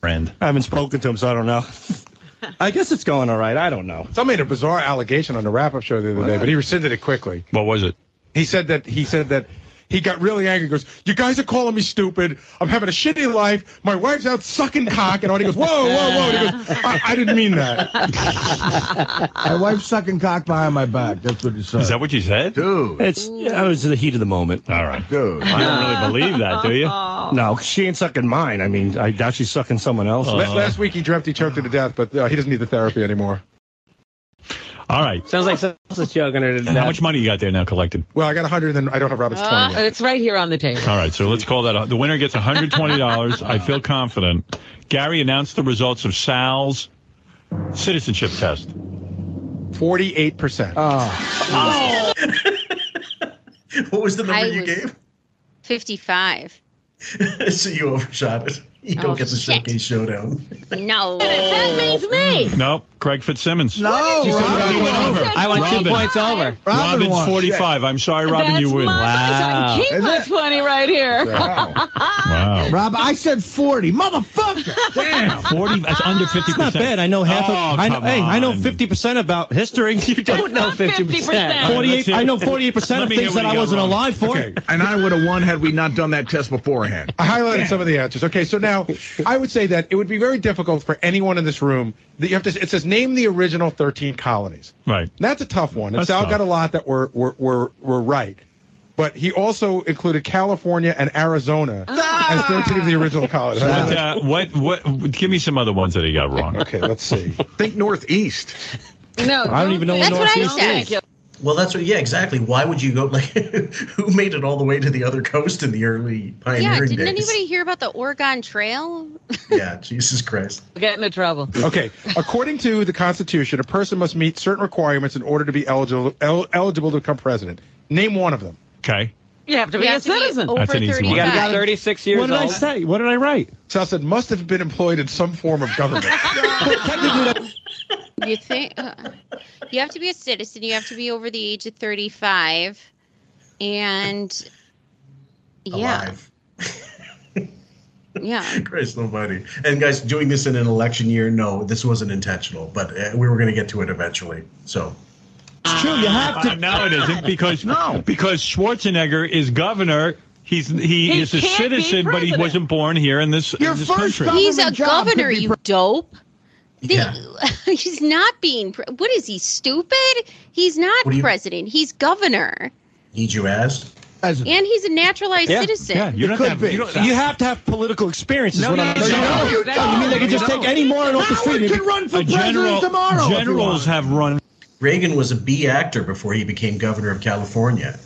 S2: friend.
S25: I haven't spoken to him, so I don't know. I guess it's going all right. I don't know.
S11: Some made a bizarre allegation on the wrap-up show the other day, but he rescinded it quickly.
S2: What was it?
S11: He said that he said that he got really angry. He goes, "You guys are calling me stupid. I'm having a shitty life. My wife's out sucking cock." And Artie goes, "Whoa, whoa, whoa!" And he goes, I, "I didn't mean that."
S26: My wife's sucking cock behind my back. That's what you said.
S2: Is that what you said?
S27: Dude.
S25: It's yeah, it was the heat of the moment.
S2: All right.
S27: Dude.
S2: I don't really believe that, do you?
S25: No, 'cause she ain't sucking mine. I mean, I doubt she's sucking someone else.
S2: Uh-huh.
S11: La- Last week he dreamt he choked her to death, but uh, he doesn't need the therapy anymore.
S2: All right.
S21: Sounds like someone else is choking her to
S2: How
S21: death.
S2: much money you got there now collected?
S11: Well, I got 100, and I don't have Robert's
S3: Uh,
S11: 20.
S3: it's right here on the table.
S2: All right, so let's call that. A, the winner gets $120. I feel confident. Gary announced the results of Sal's citizenship test.
S11: 48 percent.
S9: What was the number
S10: I
S9: you
S10: was-
S9: gave?
S10: 55.
S9: so you overshot it. You
S10: Oh,
S9: don't get the
S10: shit.
S9: showcase showdown.
S10: No.
S3: That means me.
S2: Nope, Craig Fitzsimmons.
S3: No, What did you Robin. say?
S2: He went over.
S3: I want two
S2: Robin.
S3: points over.
S2: Robin
S26: Robin
S2: Robin's
S26: won.
S2: 45. I'm sorry, Robin,
S3: That's
S2: you win.
S3: My, I can keep my twenty right here.
S2: Wow.
S26: Rob, I said 40. Motherfucker!
S2: Damn. 40. That's under 50%.
S25: It's not bad. I know half
S2: Oh,
S25: of. I know,
S2: come
S25: hey, I know
S2: on.
S25: fifty percent about history. You don't know fifty
S3: 50%.
S25: Forty-eight. I know forty-eight percent
S2: Let
S25: of
S2: me hear
S25: things
S2: what
S25: that
S2: he
S25: I
S2: got
S25: wasn't
S2: wrong.
S25: alive for.
S27: Okay, and I would have won had we not done that test beforehand.
S11: I highlighted some of the answers. Okay, so now I would say that it would be very difficult for anyone in this room that you have to. It says name the original 13 colonies.
S2: Right.
S11: That's a tough one. And
S2: That's
S11: Sal
S2: tough.
S11: got a lot that were were, were were right, but he also included California and Arizona as 13 of the original colonies.
S2: What, uh, what, what, give me some other ones that he got wrong.
S11: Okay, let's see.
S27: Think northeast.
S3: No,
S25: I don't even know
S3: think-
S25: what That's what I Northeast said.
S3: Thank you.
S9: Well, that's what. Yeah, exactly. Why would you go? Like, who made it all the way to the other coast in the early
S10: Yeah,
S9: pioneering
S10: didn't
S9: days?
S10: anybody hear about the Oregon Trail?
S9: Yeah, Jesus Christ.
S3: Get into trouble.
S11: Okay. According to the Constitution, a person must meet certain requirements in order to be eligible el- eligible to become president. Name one of them.
S2: Okay.
S3: You have to
S10: You
S3: be a
S10: have to be
S3: citizen.
S10: over
S2: That's an easy one.
S21: You got to be
S10: 35.
S21: 36 years
S25: What did I
S21: old.
S25: say? What did I write?
S11: Sal said must have been employed in some form of government.
S10: You think uh, you have to be a citizen. You have to be over the age of thirty-five, and yeah,
S9: Alive.
S10: yeah.
S9: Christ almighty. And guys, doing this in an election year, no, this wasn't intentional, but uh, we were going to get to it eventually. So,
S25: It's true. You have
S2: Uh,
S25: to.
S2: no, it isn't because because Schwarzenegger is governor. He's he,
S3: He
S2: is a
S3: can't be
S2: citizen, but he
S3: president.
S2: wasn't born here in this,
S26: Your
S2: in this
S26: first
S2: country.
S26: government
S10: He's a
S26: job could
S10: governor,
S26: be
S10: you
S26: pre-
S10: dope. The-
S9: Yeah.
S10: he's not being. Pre- what is he stupid? He's not
S9: What do you-
S10: president. He's governor,
S9: need you asked?
S26: As-
S10: and he's a naturalized
S21: Yeah,
S10: citizen.
S2: Yeah, you don't
S26: could
S2: have,
S26: be.
S2: you don't,
S25: You have to have political experience. Is
S2: No,
S25: what
S2: no,
S25: I'm
S2: no,
S25: saying.
S2: no,
S25: You mean they can just take any moron off the street?
S26: Howard
S25: and-
S26: could run for
S2: a general,
S26: president tomorrow. if he
S2: generals
S26: wanted.
S2: have run.
S9: Reagan was a B actor before he became governor of California.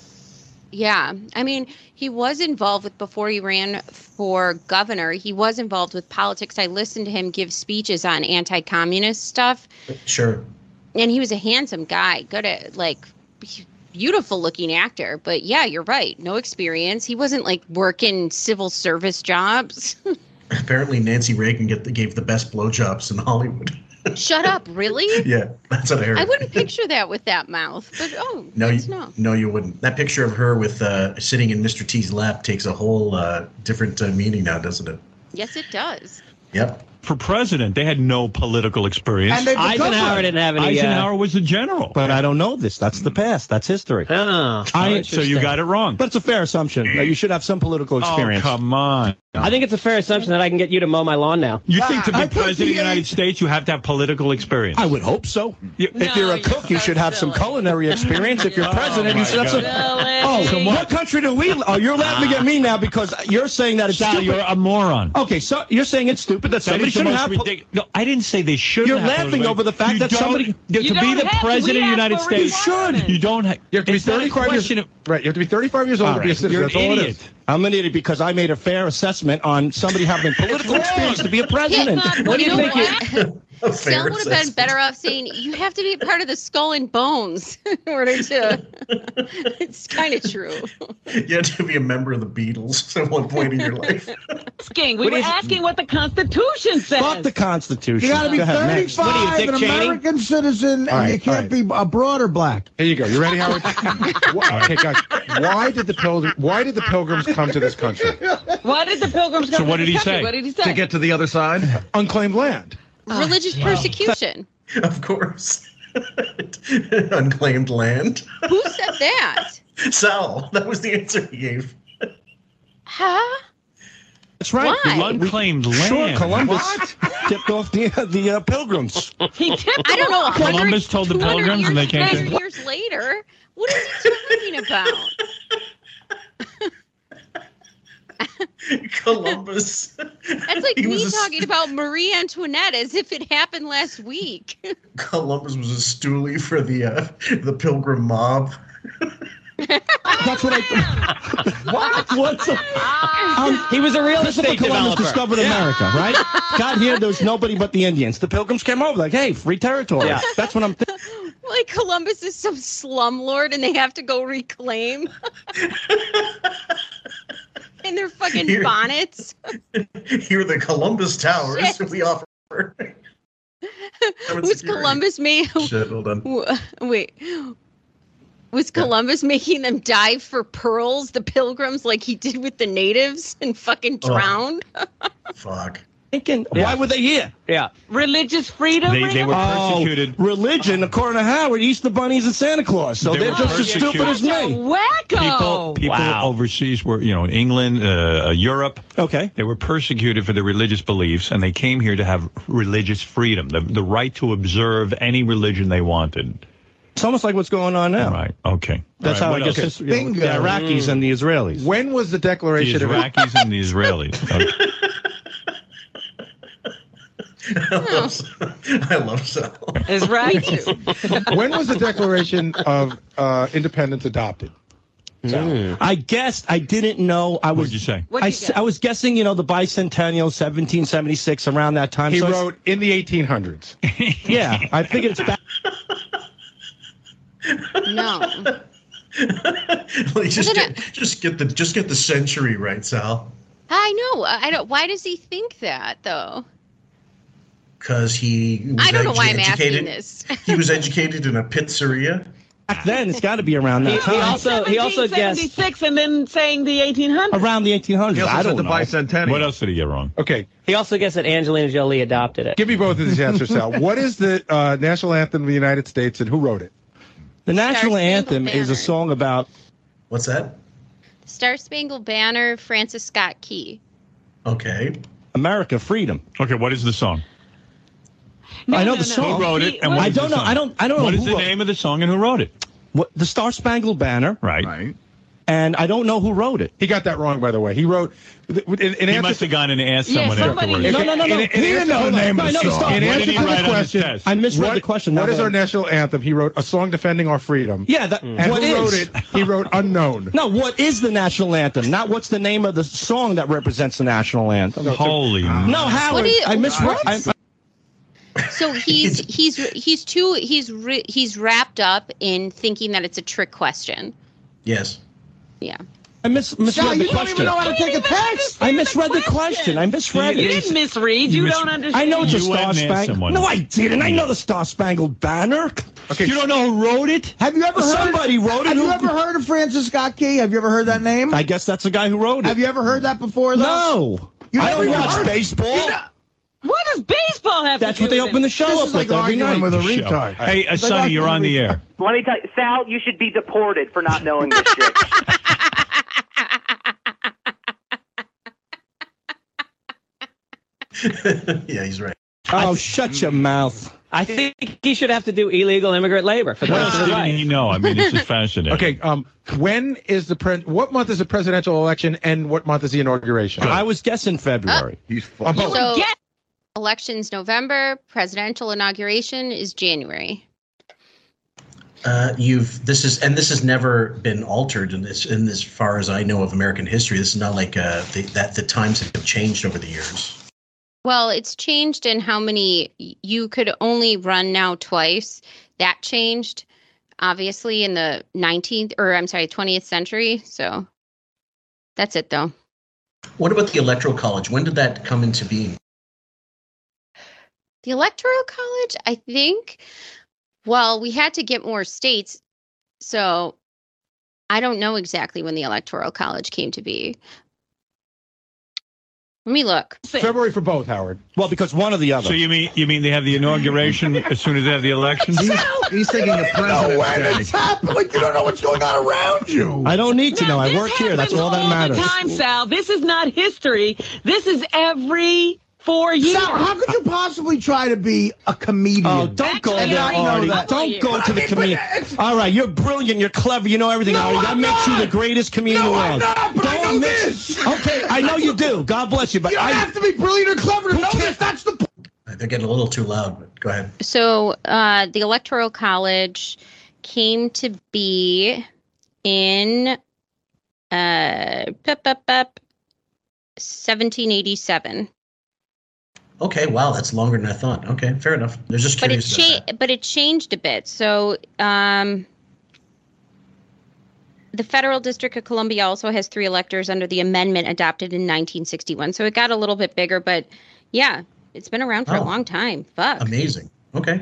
S10: Yeah. I mean, he was involved with, before he ran for governor, he was involved with politics. I listened to him give speeches on anti communist stuff,
S9: Sure.
S10: and he was a handsome guy, good at, like, he, beautiful looking actor, but yeah, you're right. No experience. He wasn't like working civil service jobs.
S9: Apparently, Nancy Reagan get, gave the best blowjobs in Hollywood.
S10: Shut up, really?
S9: yeah, that's what I heard.
S10: I wouldn't picture that with that mouth. But oh,
S9: No,
S10: it's
S9: you,
S10: not.
S9: no, you wouldn't. That picture of her with uh, sitting in Mr. T's lap takes a whole uh, different uh, meaning now, doesn't it?
S10: Yes, it does.
S9: Yep.
S2: For president, they had no political experience.
S10: And they've become Eisenhower one. didn't have any, uh,
S2: Eisenhower was the general.
S25: But I don't know this. That's the past. That's history.
S2: I- so you got it wrong.
S25: But it's a fair assumption. Now, you should have some political experience.
S2: Oh, come on.
S21: I think it's a fair assumption that I can get you to mow my lawn now.
S2: You think to be president of the United States, you have to have political experience?
S25: I would hope so.
S2: if
S25: you're a cook, you should have some culinary experience. If you're president, you should have some. Oh,
S2: Silly.
S25: what country do we? Oh, you're laughing at me now because you're saying that it's
S2: Sal,
S25: stupid.
S2: you're a moron.
S25: Okay, so you're saying it's stupid
S2: That
S25: that, somebody
S2: is the
S25: should
S2: most
S25: have. po-
S2: ridic- no, I didn't say they should.
S25: You're laughing over the fact that
S2: to
S25: somebody- You
S2: be
S25: don't
S2: the
S25: have to.
S2: president of
S25: We
S2: the United
S25: asked for
S2: States.
S25: requirements.
S2: You don't. Ha-
S25: You have to be
S2: It's not a
S25: 35 years-
S2: question of-
S25: Right, you have to be 35 years
S2: old
S25: old
S2: to
S25: to
S2: be
S25: be
S2: a citizen.
S25: a citizen.
S2: You're an That's all it idiot. is.
S25: I'm an idiot because I made a fair assessment on somebody having political experience to be a president.
S10: It's not- you know
S25: you?
S10: Sal would have been better off saying you have to be part of the skull and bones in order to. it's kind of true.
S9: You had to be a member of the Beatles at one point in your life.
S4: Asking. We were asking what the Constitution says.
S25: Fuck the Constitution.
S26: You got to be
S25: Go ahead, next.
S26: 35, an American citizen,
S25: All
S26: and
S25: right,
S26: you can't be a broad or black.
S11: Here you go. You ready, Howard? Why- okay, guys. Why did the pilgrim, Why did the pilgrims come to this country?
S4: Why did the pilgrims come
S11: So
S4: to
S11: what
S4: this
S11: did he
S4: country?
S11: say?
S4: What did he say?
S11: To get-
S27: Get to the other side.
S11: Unclaimed land.
S10: Religious persecution.
S9: Of course. Unclaimed land.
S10: Who said that?
S9: Sal, that was the answer he gave.
S10: Huh?
S25: That's right.
S2: Why? Unclaimed
S25: Sure,
S2: land.
S25: Columbus tipped off the the uh, pilgrims.
S4: He
S10: I don't know. 100,
S2: Columbus told the
S10: 200
S2: pilgrims and they
S10: years-
S2: came to-
S10: 100 years later. What is he talking about?
S9: Columbus.
S10: That's like
S9: He was
S10: me
S9: a-
S10: talking about Marie Antoinette as if it happened last week.
S9: Columbus was a stoolie for the uh, the pilgrim mob.
S25: That's what I. what? What's the? Ah.
S21: he was a real
S25: Um, Christopher Columbus
S21: estate developer.
S25: discovered
S21: Yeah.
S25: America, right? Got here, there was nobody but the Indians. The Pilgrims came over, like, hey, free territory.
S21: Yeah.
S25: That's what I'm. thinking.
S10: like Columbus is some slumlord and they have to go reclaim. In their fucking
S9: Here-
S10: bonnets.
S9: Here are the Columbus Towers.
S10: Shit.
S9: We offer.
S10: Was Columbus made?
S9: Shit, hold on.
S10: Wha- Wait. Was Columbus making them dive for pearls, the pilgrims, like he did with the natives and fucking
S21: Oh.
S10: drown?
S9: Fuck.
S25: Thinking, why were they here?
S21: Yeah.
S4: Religious freedom.
S2: They- they were
S25: Oh,
S2: persecuted.
S25: religion, according to Howard, Easter bunnies and Santa Claus. So
S2: They
S25: they are
S2: were
S25: just as
S2: persecuted.
S25: stupid as me.
S2: People,
S4: Wacko.
S2: people overseas were, you know, England, uh, Europe.
S25: Okay.
S2: They were persecuted for their religious beliefs, and they came here to have religious freedom, the, the right to observe any religion they wanted.
S25: It's almost like what's going on now.
S2: Right. Okay.
S25: That's
S2: All
S25: how
S2: right,
S25: I
S2: what
S25: guess
S2: else? Hmm.
S25: this, you know, the Iraqis and the Israelis.
S11: When was the
S2: the
S11: Declaration of
S2: Iraqis and the Israelis. Okay.
S9: I
S10: Oh.
S9: love Sal. I love Sal.
S4: Is right.
S11: when was the Declaration of uh, Independence adopted?
S25: Hmm. I guessed. I didn't know. I was.
S2: What'd you say?
S25: I, s- I was guessing. You know, the bicentennial, 1776, around that time.
S11: He
S25: So I s-
S11: wrote in the 1800s.
S25: yeah, I figured it's back.
S10: No.
S9: Like, just,
S10: Well, then
S9: get, just get the just get the century right, Sal.
S10: I know. I I don't. Why does he think that though?
S9: Because he was
S10: I don't know why I'm
S9: edu-
S10: asking
S9: educated.
S10: this.
S9: He was educated in a pizzeria.
S25: Back then, it's got to be around
S4: He,
S25: that
S4: he
S25: time.
S4: also he also guessed
S11: 1776
S4: and then saying the 1800s.
S25: around the 1800s.
S27: He also
S25: I
S27: said
S25: don't
S27: the
S25: know.
S27: bicentennial.
S2: What else did he get wrong?
S11: Okay,
S21: He also guessed that Angelina Jolie adopted it.
S11: give me both of these answers, Sal. What is the uh, national anthem of the United States, and who wrote it?
S25: The national anthem is a
S10: Banner.
S25: song about.
S9: What's that?
S10: Star Spangled Banner, Francis Scott Key.
S9: Okay.
S25: America, freedom.
S2: Okay, what is the song?
S4: No,
S25: I know
S4: no,
S25: the
S4: no.
S25: song.
S2: Who wrote it? And what
S25: I
S2: is the
S25: don't know.
S2: song?
S25: I don't. I don't
S2: What is
S25: know Oh, who
S2: the
S25: wrote
S2: name of the song and who wrote it?
S25: What, the Star Spangled Banner,
S2: Right.
S27: Right.
S25: and I don't know who wrote it.
S11: He got that wrong, by the way. He wrote. In, in
S2: He
S11: answer
S2: must have gone and asked
S4: Yeah,
S2: someone
S4: somebody-
S2: afterwards.
S25: No, no, no, no.
S11: In- in- in answer- hold on.
S25: No, I know song.
S11: In
S2: What
S11: answer
S2: did he
S11: to the
S2: write on his
S11: question,
S2: test?
S25: I misread
S11: what-
S25: the question.
S11: What
S25: now
S11: is
S25: that-
S11: our national anthem? He wrote a song defending our freedom.
S25: Yeah, that,
S11: And
S25: what
S11: who
S25: is?
S11: wrote it? He wrote unknown.
S25: No, what is the national anthem? Not what's the name of the song that represents the Ah. national anthem.
S2: Holy.
S25: No, Howard,
S10: do you-
S25: I misread.
S10: what?
S25: I,
S10: So he's he's he's too he's re, he's wrapped up in thinking that it's a trick question.
S9: Yes.
S10: Yeah.
S25: I mis- misread
S10: Sal, you
S25: the
S10: don't even
S25: question.
S10: know how to take a
S25: text. I misread the question. I misread
S4: You
S25: it.
S4: didn't misread. You You mis- don't understand.
S25: I know it's a
S4: You
S25: Star
S4: went and asked
S25: Spangled.
S4: someone.
S25: No, I didn't. I know the Star Spangled Banner. Okay. You don't know who wrote it? Have you
S26: ever heard-
S25: Somebody wrote it.
S26: Have
S25: who-
S26: you ever heard of Francis Scott Key? Have you ever heard that name?
S25: I guess that's the guy who wrote it.
S26: Have you ever heard that before? Though?
S25: No.
S26: You
S25: I don't
S26: never
S25: watch
S26: heard-
S25: baseball.
S26: You know-
S4: What does baseball have
S25: That's
S4: to
S25: what
S4: do
S25: they
S4: with
S25: open
S4: it?
S25: the show up with every night.
S2: Hey, uh, Sonny, you're on the air.
S6: Let me tell you, Sal, you should be deported for not knowing this shit.
S9: yeah, he's right.
S25: Oh, shut your mouth.
S21: I think he should have to do illegal immigrant labor for the rest of his life.
S2: know? I mean, it's just fascinating.
S11: Okay, um, when is the pre- what month is the presidential election and what month is the inauguration?
S25: I was guessing February.
S11: He's
S10: So elections November, presidential inauguration is January.
S9: Uh, you've this is and this has never been altered in this in as far as I know of American history. This is not like uh, the, that the times have changed over the years.
S10: Well, it's changed in how many you could only run now twice. That changed obviously in the 19th or I'm sorry, 20th century. So that's it though.
S9: What about the Electoral College? When did that come into being?
S10: The Electoral College, I think, well, we had to get more states. So I don't know exactly when the Electoral College came to be. Let me look.
S11: February for both, Howard.
S25: Well, because one or the other.
S2: So you mean you mean they have the inauguration as soon as they have the election?
S27: He's thinking the
S2: president's
S27: president.
S2: It's
S27: happening. You don't know what's going on around you.
S25: I don't need to know. I work here. That's
S4: happens
S25: all that matters.
S4: The time, Sal. This is not history. This is every four years.
S26: Sal, how could you possibly try to be a comedian?
S25: Oh, don't go
S26: And
S25: there,
S26: not know
S25: Artie.
S26: that?
S25: Don't go to the
S26: I mean, but
S25: comedian. Oh,
S26: it's-
S25: All right, you're brilliant. You're clever. You know everything,
S26: No,
S25: Artie. That
S26: I'm not.
S25: makes you the greatest comedian
S26: No,
S25: in the
S26: I'm
S25: world.
S26: not, but I know
S25: this. Okay, I know you do. God bless you. But
S26: You don't
S25: I
S26: have to be brilliant or clever to know this. That's the point.
S9: They're getting a little too loud, but go ahead.
S10: So uh, the Electoral College came to be in uh, bup, bup, bup, 1787.
S9: Okay, wow, that's longer than I thought. Okay, fair enough. They're just
S10: but it
S9: curious. about
S10: cha- but it changed a bit. So um, the federal District of Columbia also has three electors under the amendment adopted in 1961. So it got a little bit bigger, but yeah, it's been around for
S25: Oh.
S10: a long time. Fuck.
S9: Amazing. Okay.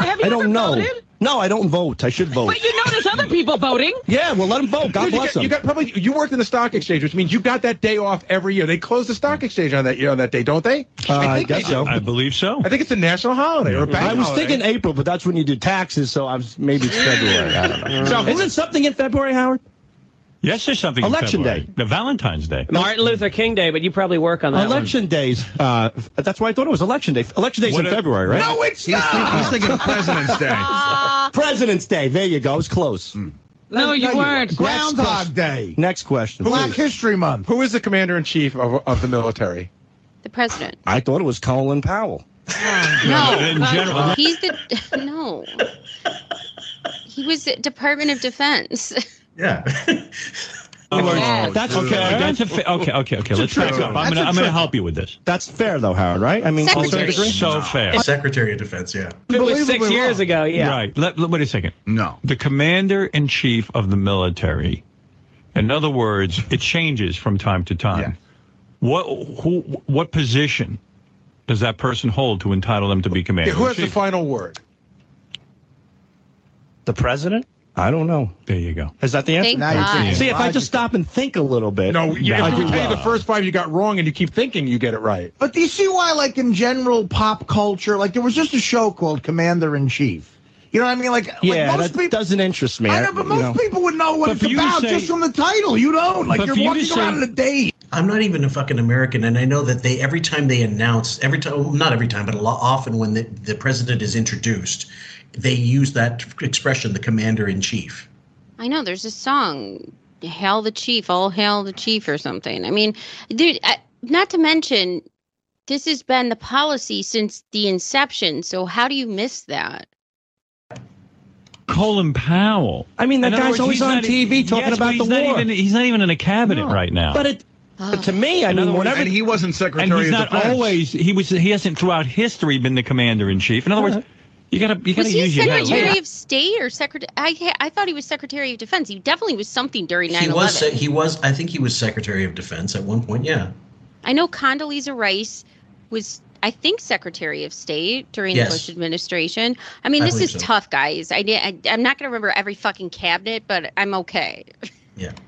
S25: I don't know. No, I don't vote. I should vote.
S4: You know there's other people voting.
S25: Yeah, well, let them vote. God
S11: Dude, you
S25: bless
S11: got- You
S25: them.
S11: got probably you worked in the stock exchange, which means you got that day off every year. They close the stock exchange on that year on that day, don't they?
S25: Uh, I
S11: think
S25: guess
S11: they
S25: so.
S11: do. I,
S2: believe so.
S11: think it's a national holiday or a bank
S25: I was
S11: holiday.
S25: thinking April, but that's when you do taxes, so I was maybe it's February. I don't know.
S11: So-
S25: Isn't something in February, Howard?
S2: Yes, there's something. in
S25: Election
S2: February.
S25: Day.
S2: The Valentine's Day.
S21: Martin Luther King Day, but you probably work on that one.
S25: Election days. Uh, that's why I thought it was election day. Election day's
S21: What
S25: in
S21: a-
S25: February, right?
S11: No,
S27: it's He's not. thinking- he's thinking of President's Day.
S25: President's Day. There you go. It's close.
S21: Hmm.
S4: No, you weren't.
S25: Groundhog
S11: Day.
S25: Next question.
S11: Black
S25: please.
S11: History Month. Who is the commander in chief of, of the military?
S10: The president.
S25: I thought it was Colin Powell.
S10: No,
S11: In general.
S10: he's the no. He was the Department of Defense.
S9: Yeah.
S2: Oh,
S25: that's
S2: okay.
S25: fair.
S2: That's a fa- okay. Okay. Okay.
S25: It's a
S2: Let's back
S25: trick.
S2: up.
S25: That's
S2: I'm
S25: a
S2: gonna I'm gonna
S25: trick.
S2: help you with this.
S25: That's fair though, Howard. Right? I mean, to a certain
S10: Secretary.
S25: degree?
S2: So fair.
S9: that. Secretary of Defense, yeah.
S21: It was six
S25: Unbelievably
S21: years
S25: wrong.
S21: ago. Yeah.
S2: Right. Let, let- wait a second.
S27: No.
S2: The commander in chief of the military. In other words, it changes from time to time. What who what position does that person hold to entitle them to be commander?
S11: Yeah, who
S2: in
S11: has the
S2: chief?
S11: final word?
S25: The president? I don't know.
S2: There you go.
S25: Is that the answer?
S11: Thank Now you're God. thinking
S25: See, if I
S11: logical.
S25: just stop and think a little bit.
S11: No, you,
S25: I
S11: if
S25: do
S11: you tell you
S25: well.
S11: the first five you got wrong and you keep thinking you get it right.
S26: But do you see why, like in general pop culture, like there was just a show called Commander in Chief. You know what I mean? Like, like
S25: Yeah,
S26: most
S25: that doesn't interest me.
S26: I know, but
S25: you
S26: most
S25: know.
S26: people would know what
S25: But
S26: it's
S25: for you to
S26: about
S25: say-
S26: just from the title. You don't. Like
S2: But
S26: you're
S2: for you to
S26: walking around
S2: say-
S26: in a day.
S9: I'm not even a fucking American, and I know that they every time they announce, every time, well, not every time, but a lot often when the, the president is introduced, they use that expression, the commander in chief.
S10: I know there's a song, "Hail the Chief, All Hail the Chief" or something. I mean, dude, I, not to mention, this has been the policy since the inception. So how do you miss that?
S2: Colin Powell.
S25: I mean, that
S2: In other
S25: guy's
S2: words,
S25: always
S2: he's
S25: on
S2: not e-
S25: TV talking
S2: yes, but
S25: about
S2: he's
S25: the
S2: not
S25: war.
S2: Even, he's not even in a cabinet right now.
S25: But it,
S2: But
S21: to me,
S2: I mean, whenever-
S27: and he wasn't Secretary
S2: and he's
S27: of
S2: not
S27: Defense.
S2: always. He was. He hasn't throughout history been the commander in chief. In other words, you gotta you gotta
S10: was he
S2: use your head. a little
S10: Secretary of State or Secretary? I I thought he was Secretary of Defense. He definitely was something during 9/11.
S9: He was. se- He was. I think he was Secretary of Defense at one point. Yeah.
S10: I know Condoleezza Rice was, I think, Secretary of State during
S9: Yes.
S10: the Bush administration. I mean,
S9: I
S10: this
S9: believe
S10: is
S9: so.
S10: tough, guys. I, di- I I'm not going to remember every fucking cabinet, but I'm okay.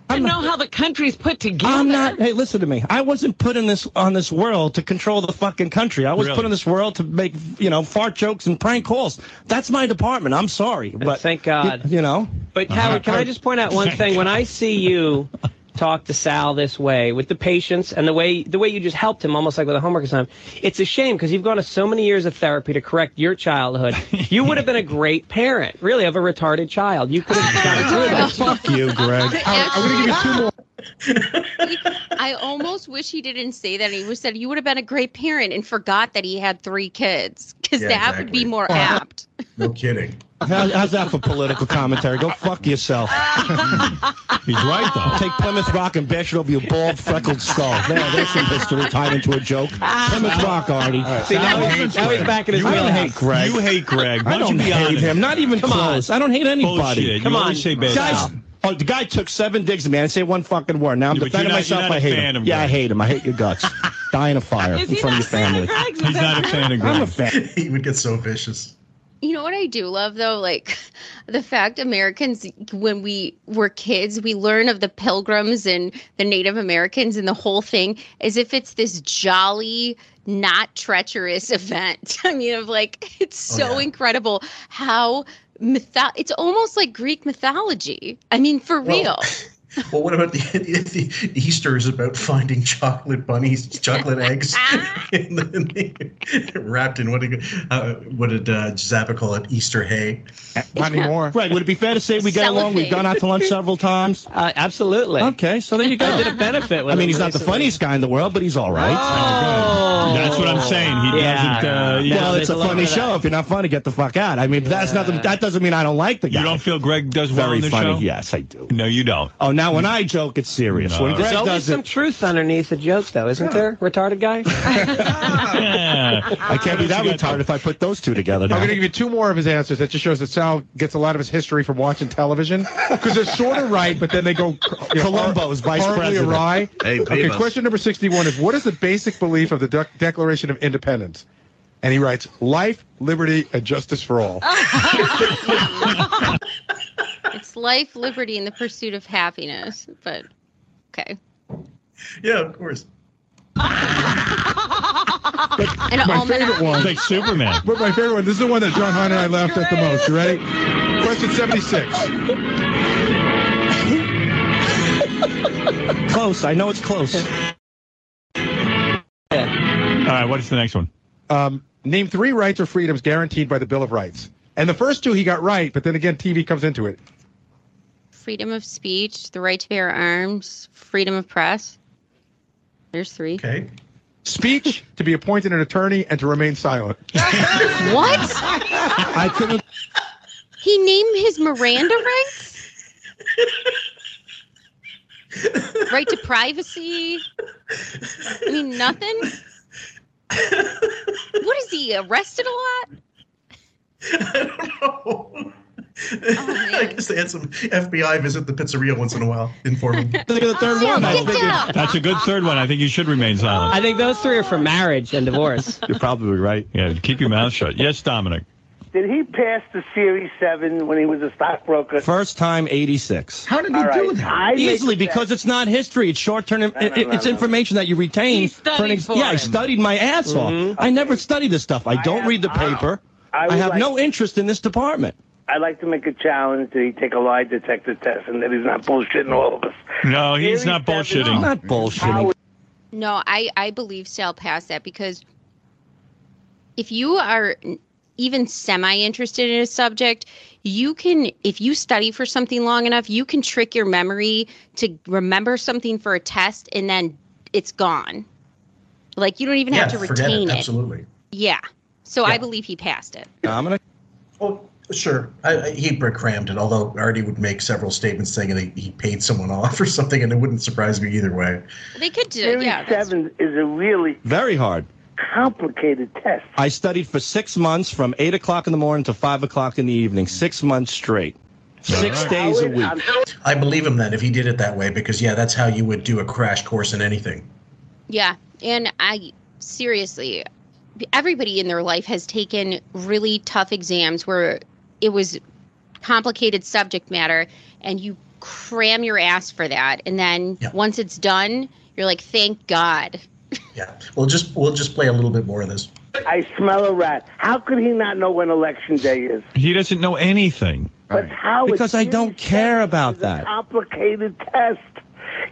S4: I don't know how the country's put together.
S25: I'm not. Hey, listen to me. I wasn't put in this on this world to control the fucking country. I was
S21: Really?
S25: put in this world to make you know fart jokes and prank calls. That's my department. I'm sorry, but
S21: thank God.
S25: You, know.
S21: But Howard, can I just point out one thing? When I see you talk to Sal this way, with the patience and the way the way you just helped him, almost like with a homework assignment, it's a shame because you've gone to so many years of therapy to correct your childhood. You would have been a great parent, really, of a retarded child. You could have gotten through that.
S25: Fuck you, Greg.
S10: I'm
S25: gonna give you two more.
S10: I almost wish he didn't say that. He was said you would have been a great parent and forgot that he had three kids because
S25: Yeah,
S10: that would be more apt.
S9: No kidding.
S25: How, how's that for political commentary? Go fuck yourself. He's right though. Take Plymouth Rock and bash it over your bald, freckled skull. There, there's some history tied into a joke. Plymouth Rock, Artie.
S21: See, now Sal he's- hates now he's Greg. back in his
S25: I don't
S21: wheelhouse.
S25: hate Greg.
S21: You hate Greg. Why
S25: I don't
S21: don't you be
S25: hate
S21: honest?
S25: him. Not even
S21: Come on.
S25: close. I don't hate anybody.
S2: Bullshit. You
S25: Come on,
S2: always say bad
S25: guys.
S2: stuff.
S25: Oh, the guy took seven digs at me. I didn't say one fucking word. Now I'm
S2: Yeah, but
S25: defending
S2: you're not-
S25: myself.
S2: you're not a
S25: I hate
S2: fan
S25: him.
S2: of
S25: Yeah, I
S2: Greg.
S25: hate him. I hate your guts. Die in a fire in front of your family.
S9: He's not a fan of
S25: I'm a
S9: Greg.
S25: fan.
S9: He would get so vicious.
S10: You know what I do love though, like the fact Americans, when we were kids, we learn of the Pilgrims and the Native Americans and the whole thing as if it's this jolly, not treacherous event. I mean, of like it's
S14: Oh,
S10: so
S14: yeah.
S10: incredible how mytho- it's almost like Greek mythology. I mean, for
S9: Well,
S10: real.
S9: Well, what about the, the, the Easter is about finding chocolate bunnies, chocolate eggs, and then wrapped in what did uh, what did uh, Zappa call it? Easter hay.
S25: Not anymore. Right. Would it be fair to say we got along? We've gone out to lunch several times.
S21: Uh, absolutely.
S25: Okay, so there you go.
S21: I did a benefit with
S25: I mean,
S21: him
S25: he's not the
S21: recently.
S25: funniest guy in the world, but he's all right.
S21: Oh.
S2: That's what I'm saying. He
S25: Yeah.
S2: doesn't. Uh, you
S25: well,
S2: know,
S25: it's a
S2: there's lot
S25: funny
S2: of that.
S25: show. If you're not funny, get the fuck out. I mean, that's nothing. That doesn't mean I don't like the guy.
S2: You don't feel Greg does well
S25: Very
S2: on the
S25: funny.
S2: show?
S25: Yes, I do.
S2: No, you don't.
S25: Oh, now when I joke, it's serious.
S2: No.
S25: When Greg
S21: There's always
S25: does it,
S21: some truth underneath the joke, though, isn't there, retarded guy?
S25: I can't be that retarded if I put those two together.
S11: I'm
S25: Now.
S11: going to give you two more of his answers. That just shows that Sal gets a lot of his history from watching television because they're sort of right, but then they go you know,
S25: Columbo's vice
S11: horribly
S25: president.
S11: awry.
S25: Hey,
S11: okay,
S25: Beavis.
S11: question number 61 is what is the basic belief of the Dec- Declaration of Independence? And he writes, life, liberty, and justice for all.
S12: Oh,
S10: it's life, liberty, and the pursuit of happiness. But okay.
S9: Yeah, of course.
S10: And
S11: my
S10: all men
S11: favorite
S10: are
S11: one.
S2: Like Superman.
S11: But my favorite one. This is the one that John Hunter and I laughed at the most. You ready? Question 76.
S25: Close. I know it's close.
S2: All right, what is the next one?
S11: Um, name three rights or freedoms guaranteed by the Bill of Rights. And the first two he got right, but then again, TV comes into it.
S10: freedom of speech, the right to bear arms, freedom of press. There's three.
S9: Okay.
S11: Speech, to be appointed an attorney, and to remain silent.
S10: What?
S11: I couldn't.
S10: he named his Miranda rights? right to privacy? I mean, nothing? What is he arrested a lot?
S9: Oh, I guess they had some FBI visit the pizzeria once in a while, informing.
S25: Look at the third
S9: one.
S2: That's a good third one. I think you should remain silent.
S21: I think those three are for marriage and divorce.
S2: You're
S25: probably right.
S2: Yeah, keep your mouth shut. Yes, Dominic.
S12: Did he pass the Series 7 when he was a stockbroker?
S25: First time, 86.
S12: How did he All right. do that? I make
S25: Easily,
S12: that-
S25: because it's not history. It's short term.
S12: no, no,
S25: it's
S12: no.
S25: information that you retain.
S12: He
S25: for an
S12: studied
S25: ex-
S12: for
S25: yeah, I
S12: it.
S25: studied my ass
S12: Mhm.
S25: off. I never study this stuff. I don't
S12: have-
S25: read the paper.
S12: I
S25: I,
S12: would
S25: have
S12: like-
S25: no interest in this department.
S12: I'd like to make a challenge that he take a lie detector test and that he's not bullshitting all of us.
S2: No, he's not bullshitting.
S25: I'm not bullshitting.
S10: No, I, I believe Sal passed that because if you are n- even semi interested in a subject, you can, if you study for something long enough, you can trick your memory to remember something for a test and then it's gone. Like you don't even have to
S9: forget
S10: retain it.
S9: Absolutely.
S10: Yeah. So I believe he passed it.
S25: Dominic?
S9: Sure, I, I, he brick crammed it. Although Artie would make several statements saying that he paid someone off or something, and it wouldn't surprise me either way.
S10: They could do
S12: Series seven is a really
S25: Very hard.
S12: complicated test.
S25: I studied for six months from 8 o'clock in the morning to 5 o'clock in the evening, six months straight. Six days a week.
S9: I believe him then if he did it that way, because yeah, that's how you would do a crash course in anything.
S10: Yeah. And I seriously, everybody in their life has taken really tough exams where it was complicated subject matter and you cram your ass for that. And then once it's done, you're like, thank God.
S9: Yeah, we'll just we'll just play a little bit more of this.
S12: I smell a rat. How could he not know when election day is?
S2: He doesn't know anything.
S12: But how is
S25: Because I don't care about
S12: a
S25: that.
S12: complicated test.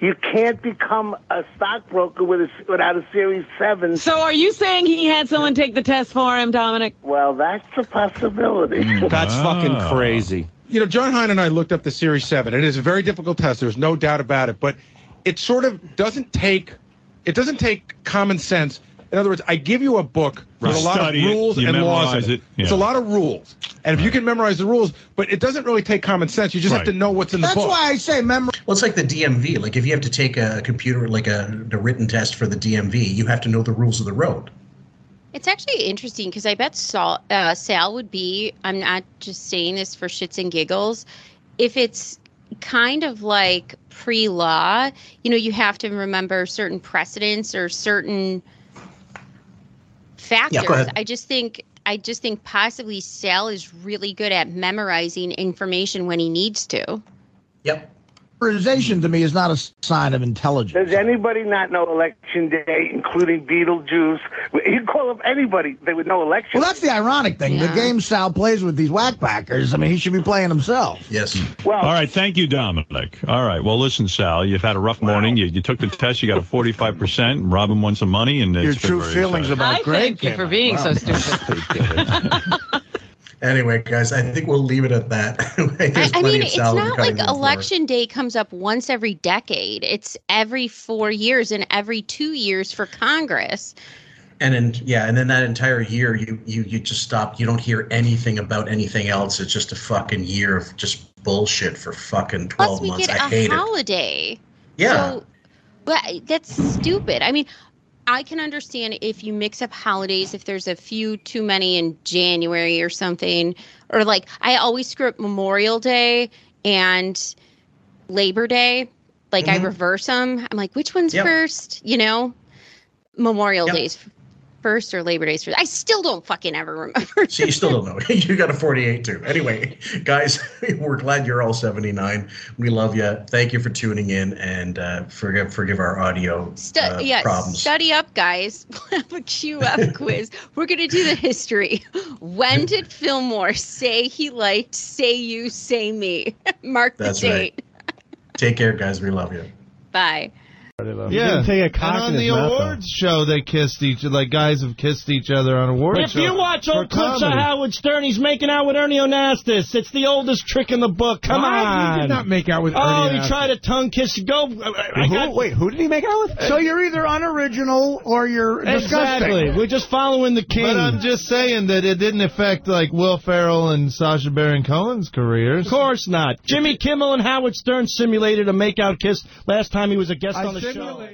S12: You can't become a stockbroker with a, without a Series 7.
S3: So are you saying he had someone take the test for him, Dominic?
S12: Well, that's a possibility.
S25: Mm. That's fucking crazy.
S11: You know, John Hine and I looked up the Series 7. It is a very difficult test. There's no doubt about it. But it sort of doesn't take it doesn't take common sense. In other words, I give you a book with
S2: Right.
S11: a lot of
S2: Study it.
S11: rules
S2: You
S11: and laws.
S2: memorize
S11: in
S2: it. Yeah.
S11: It's a lot of rules. And if you can memorize the rules, but it doesn't really take common sense. You just have to know what's in the book.
S9: I
S26: say memory.
S9: Well, it's like the DMV. Like if you have to take a computer, like a the written test for the DMV, you have to know the rules of the road.
S10: It's actually interesting because I bet Sal, uh, Sal would be, I'm not just saying this for shits and giggles, if it's kind of like pre law, you know, you have to remember certain precedents or certain factors.
S14: ahead.
S10: I just think. I just think possibly Sal is really good at memorizing information when he needs to.
S26: Memorization to me is not a s- sign of intelligence.
S12: Does anybody not know election day, including Beetlejuice? You call up anybody, they would know election.
S26: Well, that's the ironic thing. The game Sal plays with these whackbackers. I mean, he should be playing himself.
S9: Yes.
S12: Well,
S2: all right. Thank you, Dominic. All right. Well, listen, Sal, you've had a rough morning. You, you took the test. You got a 45%. and Robin won some money. and it's
S26: Your
S2: been
S26: true
S2: very
S26: feelings
S2: exciting.
S26: about Greg.
S3: you for being so stupid.
S9: Anyway, guys, I think we'll leave it at that.
S10: I,
S9: There's
S10: I
S9: plenty
S10: mean,
S9: of
S10: it's
S9: salad to
S10: not
S9: cover
S10: like
S9: here for-
S10: election day comes up once every decade. It's every four years and every two years for Congress.
S9: And then yeah, and then that entire year, you you you just stop. You don't hear anything about anything else. It's just a fucking year of just bullshit for fucking
S10: Plus,
S9: twelve
S10: we
S9: months.
S10: get
S9: I
S10: a
S9: hate it.
S10: holiday.
S9: Yeah.
S10: So, but I- that's stupid. I mean, I can understand if you mix up holidays, if there's a few too many in January or something, or like I always screw up Memorial Day and Labor Day. Like I
S9: Mm-hmm.
S3: Mhm.
S10: reverse them. I'm like, which one's
S3: Yep.
S10: first? You know, Memorial Day's f- first or Labor Day's first. I still don't fucking ever remember.
S9: So you still don't know. you got a 48 too. Anyway, guys, we're glad you're all 79. We love you. Thank you for tuning in and uh, forgive forgive our audio
S10: Stu-
S9: uh,
S10: yeah,
S9: problems.
S10: study up, guys. We'll have a QF quiz. We're gonna do the history. When did Fillmore say he liked? Say you, say me. Mark the
S9: That's right.
S10: date.
S9: Take care, guys. We love you.
S10: Bye.
S28: Yeah,
S15: didn't take a cock
S28: and on
S15: in his
S28: the
S15: mouth, though.
S28: awards show, they kissed each like guys have kissed each other on
S15: If
S28: awards.
S15: you watch old clips of Howard Stern, he's making out with Ernie Onassis. It's the oldest trick in the book. Come What? He
S28: He
S15: did
S28: did
S15: on.
S28: not
S15: not
S28: make out with
S15: oh, he tried a tongue kiss. Go. uh, I, I got, wait, who did he make out with?
S29: So you're either unoriginal or you're
S28: Exactly.
S29: disgusting.
S28: We're just following the king. But I'm just saying that it didn't affect like Will Ferrell and Sasha Baron Cohen's careers. Of course not.
S15: Jimmy Kimmel and Howard Stern simulated a makeout kiss last time he was a guest
S28: I
S15: on the show.
S28: simulated-